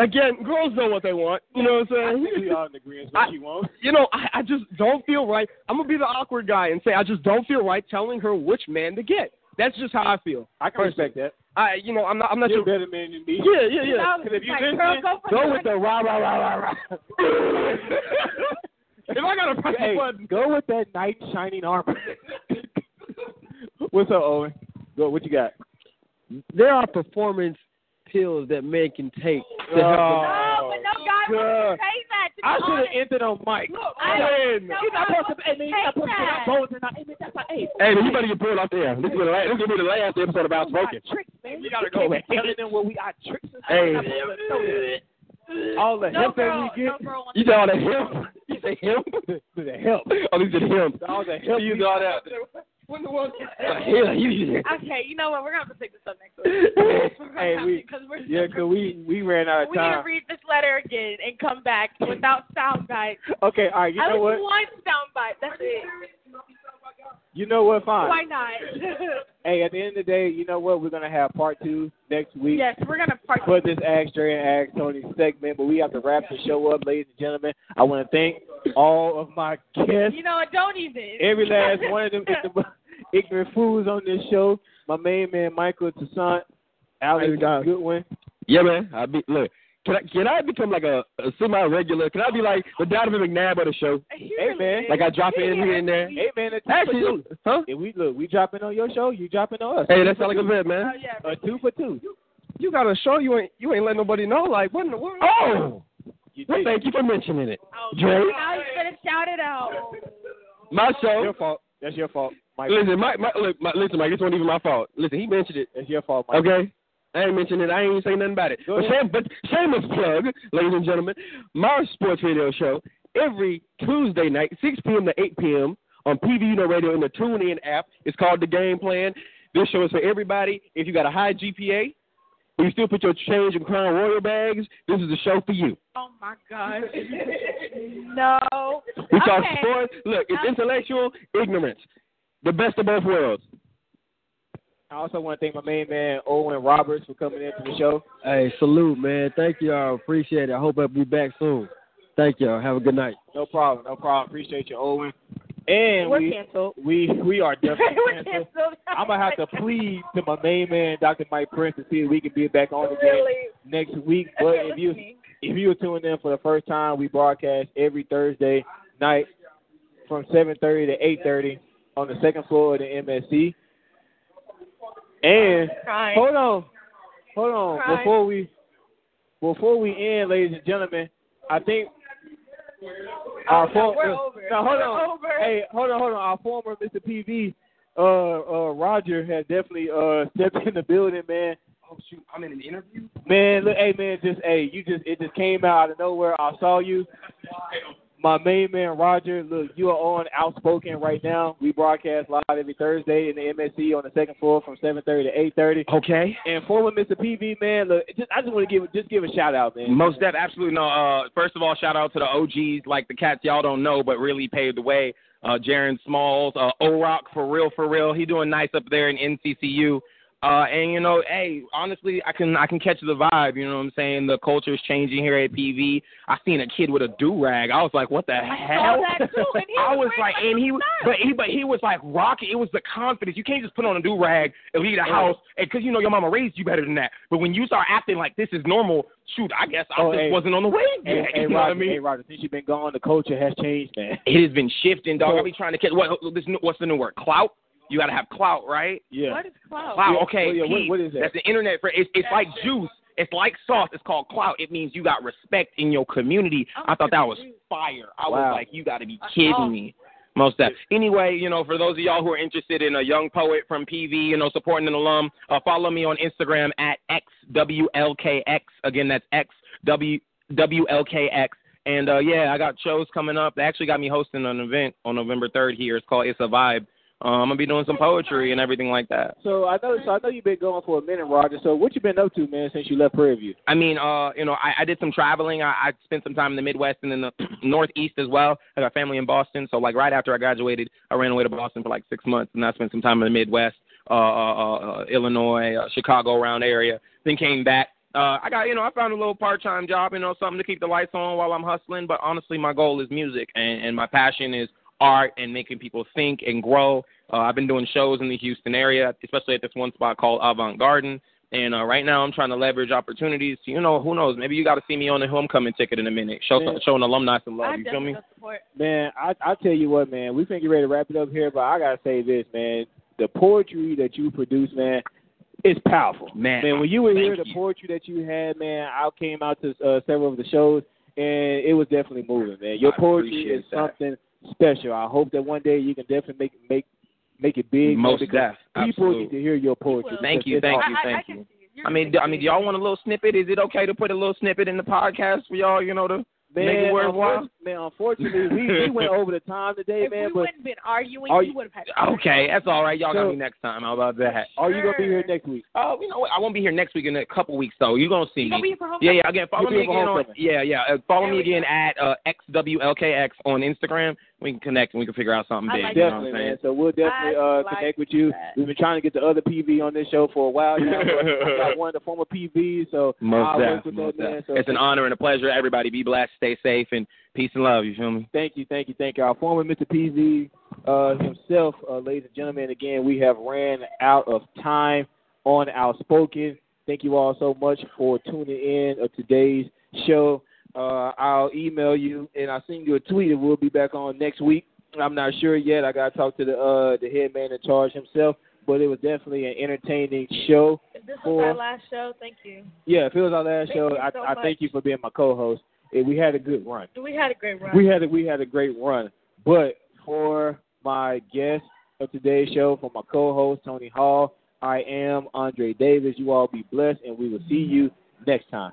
Again, girls know what they want. You know what I I'm think we saying? all in agreement what she wants. you know, I, I just don't feel right. I'm gonna be the awkward guy and say I just don't feel right telling her which man to get. That's just how I feel. I can respect that. I, you know, I'm not, I'm not You're your. a better man than me. Yeah, yeah, yeah. No, 'Cause if you like, listen, girl, go for Go the with the rah rah rah rah rah. if I gotta press Hey, the button, go with that knight shining armor. What's up, Owen? Go. What you got? There are performance pills that men can take to help them No, but no guy God. wants to say that. To be Oh, I should have honest. ended on Mike. I don't know You're not how supposed to, hey, man, take you're not supposed to that. have bones and not, hey, man, that's my hey. hey, man, you better get pulled off there. This is gonna last, this is gonna be the last episode about smoking. Tricks, man. You You gotta can't go. be Telling them what we are tricks. and Hey. stuff. All the No help girl, that we get. no girl wants You to know that him. You say him? the help. Oh, he said him. I was a help. He used all that. When the one. Uh, yeah, he used it. Okay, you know what? We're gonna have to take this up next week. Hey, we- because we're Yeah, cause we we ran out of we need to time. read this letter again and come back without sound bites. Okay, all right. You I know what? one sound bite. That's it. You know what? Fine. Why not? Hey, at the end of the day, you know what? We're gonna have part two next week yes, we're gonna part. for this Ask Dre and Ask Tony segment, but we have to wrap the show up, ladies and gentlemen. I want to thank all of my guests, You know what? Don't even. every last one of them is the ignorant fools on this show. My main man Michael Toussaint, Alex How you doing? Goodwin. Yeah, man. I be look. Can I can I become like a, a semi regular? Can I be like the Donovan McNabb of the show? He Hey, man. is. Like I drop He in is. here and there. Hey man, it's Actually, huh? If we look, we dropping on your show, you dropping on us. Hey, that sounds like a vet, Oh man. yeah. A two for two. You got a show you ain't you ain't letting nobody know. Like what in the world? Oh, You well, did. thank you for mentioning it. Oh, Dre? Now he's gonna shout it out. My Your show. fault. That's your fault, Michael. Listen, my, my, look, my listen, Mike. This wasn't even my fault. Listen, he mentioned it. That's your fault, Michael. Okay. I ain't mentioned it. I ain't even say nothing about it. Go But, ahead. shame, but shameless plug, ladies and gentlemen, my sports radio show every Tuesday night, 6 p.m. to 8 p.m. on PVUno Radio in the TuneIn app. It's called The Game Plan. This show is for everybody. If you got a high GPA, but you still put your change in Crown Royal bags, this is the show for you. Oh my gosh. no. We okay. talk sports. Look, it's Okay. intellectual ignorance. The best of both worlds. I also want to thank my main man Owen Roberts for coming into the show. Hey, salute, man. Thank y'all. Appreciate it. I hope I'll be back soon. Thank y'all. Have a good night. No problem, no problem. Appreciate you, Owen. And We're we canceled. we we are definitely We're canceled. canceled. I'm gonna have to plead to my main man, Dr. Mike Prince, to see if we can be back on again Really. next week. If But you're if you listening. if you were tuning in for the first time, we broadcast every Thursday night from 7:30 to 8:30 on the second floor of the MSC. And Crying. Hold on. Hold on. Right. Before we before we end, ladies and gentlemen, I think our former Oh, we're over. No, hold We're on. over. Hey, hold on, hold on. Our former Mr. PV uh, uh, Roger has definitely uh, stepped in the building, man. Oh shoot, I'm in an interview. Man, look, hey, man, just hey, you just it just came out of nowhere. I saw you, my main man Roger. Look, you are on Outspoken right now. We broadcast live every Thursday in the MSC on the second floor from 7:30 to 8:30. Okay. And former Mr. PV man, look, just, I just want to give just give a shout out, man. Most def, absolutely no. Uh, first of all, shout out to the OGs, like the cats y'all don't know, but really paved the way. Uh, Jaron Smalls, uh, O-Rock, for real, for real. He doing nice up there in NCCU. Uh, and you know, hey, honestly, I can I can catch the vibe. You know what I'm saying? The culture is changing here at PV. I seen a kid with a do rag. I was like, what the I hell? saw that too, and he I was was like, wearing and he, but he, but he was like rocking. It was the confidence. You can't just put on a do rag and leave the house, and because you know your mama raised you better than that. But when you start acting like this is normal, shoot, I guess I Oh, just hey. wasn't on the wave Hey, yet. hey, you know what I Roger, mean? hey Roger, since you've been gone, the culture has changed, man. It has been shifting, dog. I be trying to catch what this new, what's the new word? Clout. You gotta have clout, right? Yeah. What is clout? Clout. Yeah, Okay. oh, yeah, what- peace. what is that? That's the internet for. It's, it's like juice. It's like sauce. It's called clout. It means you got respect in your community. I'm I thought that was confused. fire. I Wow. was like, you got to be Uh, oh. kidding me. Most of anyway, you know, for those of y'all who are interested in a young poet from PV, you know, supporting an alum, uh, follow me on Instagram at xwlkx. Again, that's xw WLKX. And uh, yeah, I got shows coming up. They actually got me hosting an event on November 3rd here. It's called It's a Vibe. Um, I'm gonna be doing some poetry and everything like that. So I know, so I know you've been gone for a minute, Roger. So what you been up to, man, since you left Prairie View? I mean, uh, you know, I, I did some traveling. I, I spent some time in the Midwest and in the Northeast as well. I got family in Boston, so like right after I graduated, I ran away to Boston for like six months, and I spent some time in the Midwest, uh, uh, uh, uh, Illinois, uh, Chicago around area. Then came back. Uh, I got, you know, I found a little part-time job, you know, something to keep the lights on while I'm hustling. But honestly, my goal is music, and, and my passion is art and making people think and grow. Uh, I've been doing shows in the Houston area, especially at this one spot called Avant Garden. And uh, right now, I'm trying to leverage opportunities. To, you know, who knows? Maybe you got to see me on the homecoming ticket in a minute. Show Man. show an alumni some I love. You feel definitely me? don't support. Man, I I tell you what, man, we finna get ready to wrap it up here, but I gotta say this, man, the poetry that you produce, man, is powerful. Man, man, when you were here, thank the you. poetry that you had, man, I came out to uh, several of the shows, and it was definitely moving, man. Your I poetry is appreciate that. something special. I hope that one day you can definitely make make make it big. man, Most because def, people absolute. need to hear your poetry. will. Thank you, It's thank awesome. you, I, I, I thank can you. see it. You're I mean, do, I mean, do y'all want a little snippet? Is it okay to put a little snippet in the podcast for y'all? You know, to Man, Make it worthwhile? unfor- man, unfortunately, we, we went over the time today, if we man. But wouldn't have been arguing, Are you, you- would have had. Okay, that's all right. Y'all got So- me next time. How about that? are you gonna be here Sure. next week? Oh, you know what? I won't be here next week in a couple weeks though. You're gonna see You me. gonna be here for homecoming? yeah, yeah. Again, follow You'll be me here for again on. homecoming. Yeah, yeah. Uh, follow There me we again go. at uh, xwlkx on Instagram. We can connect and we can figure out something I big. like you know that. what I'm definitely, saying? man. So we'll definitely I uh, like connect with you. that. We've been trying to get the other PV on this show for a while now. but I got one of the former PVs, so Most I'll def, work with most that man. def. So It's an honor and a pleasure. Everybody, be blessed, stay safe, and peace and love. You feel me? Thank you, thank you, thank you. Our former Mr. PZ uh, himself, uh, ladies and gentlemen. Again, we have ran out of time on Outspoken. Thank you all so much for tuning in of today's show. Uh, I'll email you and I'll send you a tweet, and we'll be back on next week. I'm not sure yet. I got to talk to the uh, the head man in charge himself, but it was definitely an entertaining show. This was Four. our last show. Thank you. Yeah, if it was our last Thank show, you I, so I much. thank you for being my co-host. And we had a good run. We had a great run. We had a, we had a great run, but for my guest of today's show, for my co-host Tony Hall, I am Andre Davis. You all be blessed, and we will see you next time.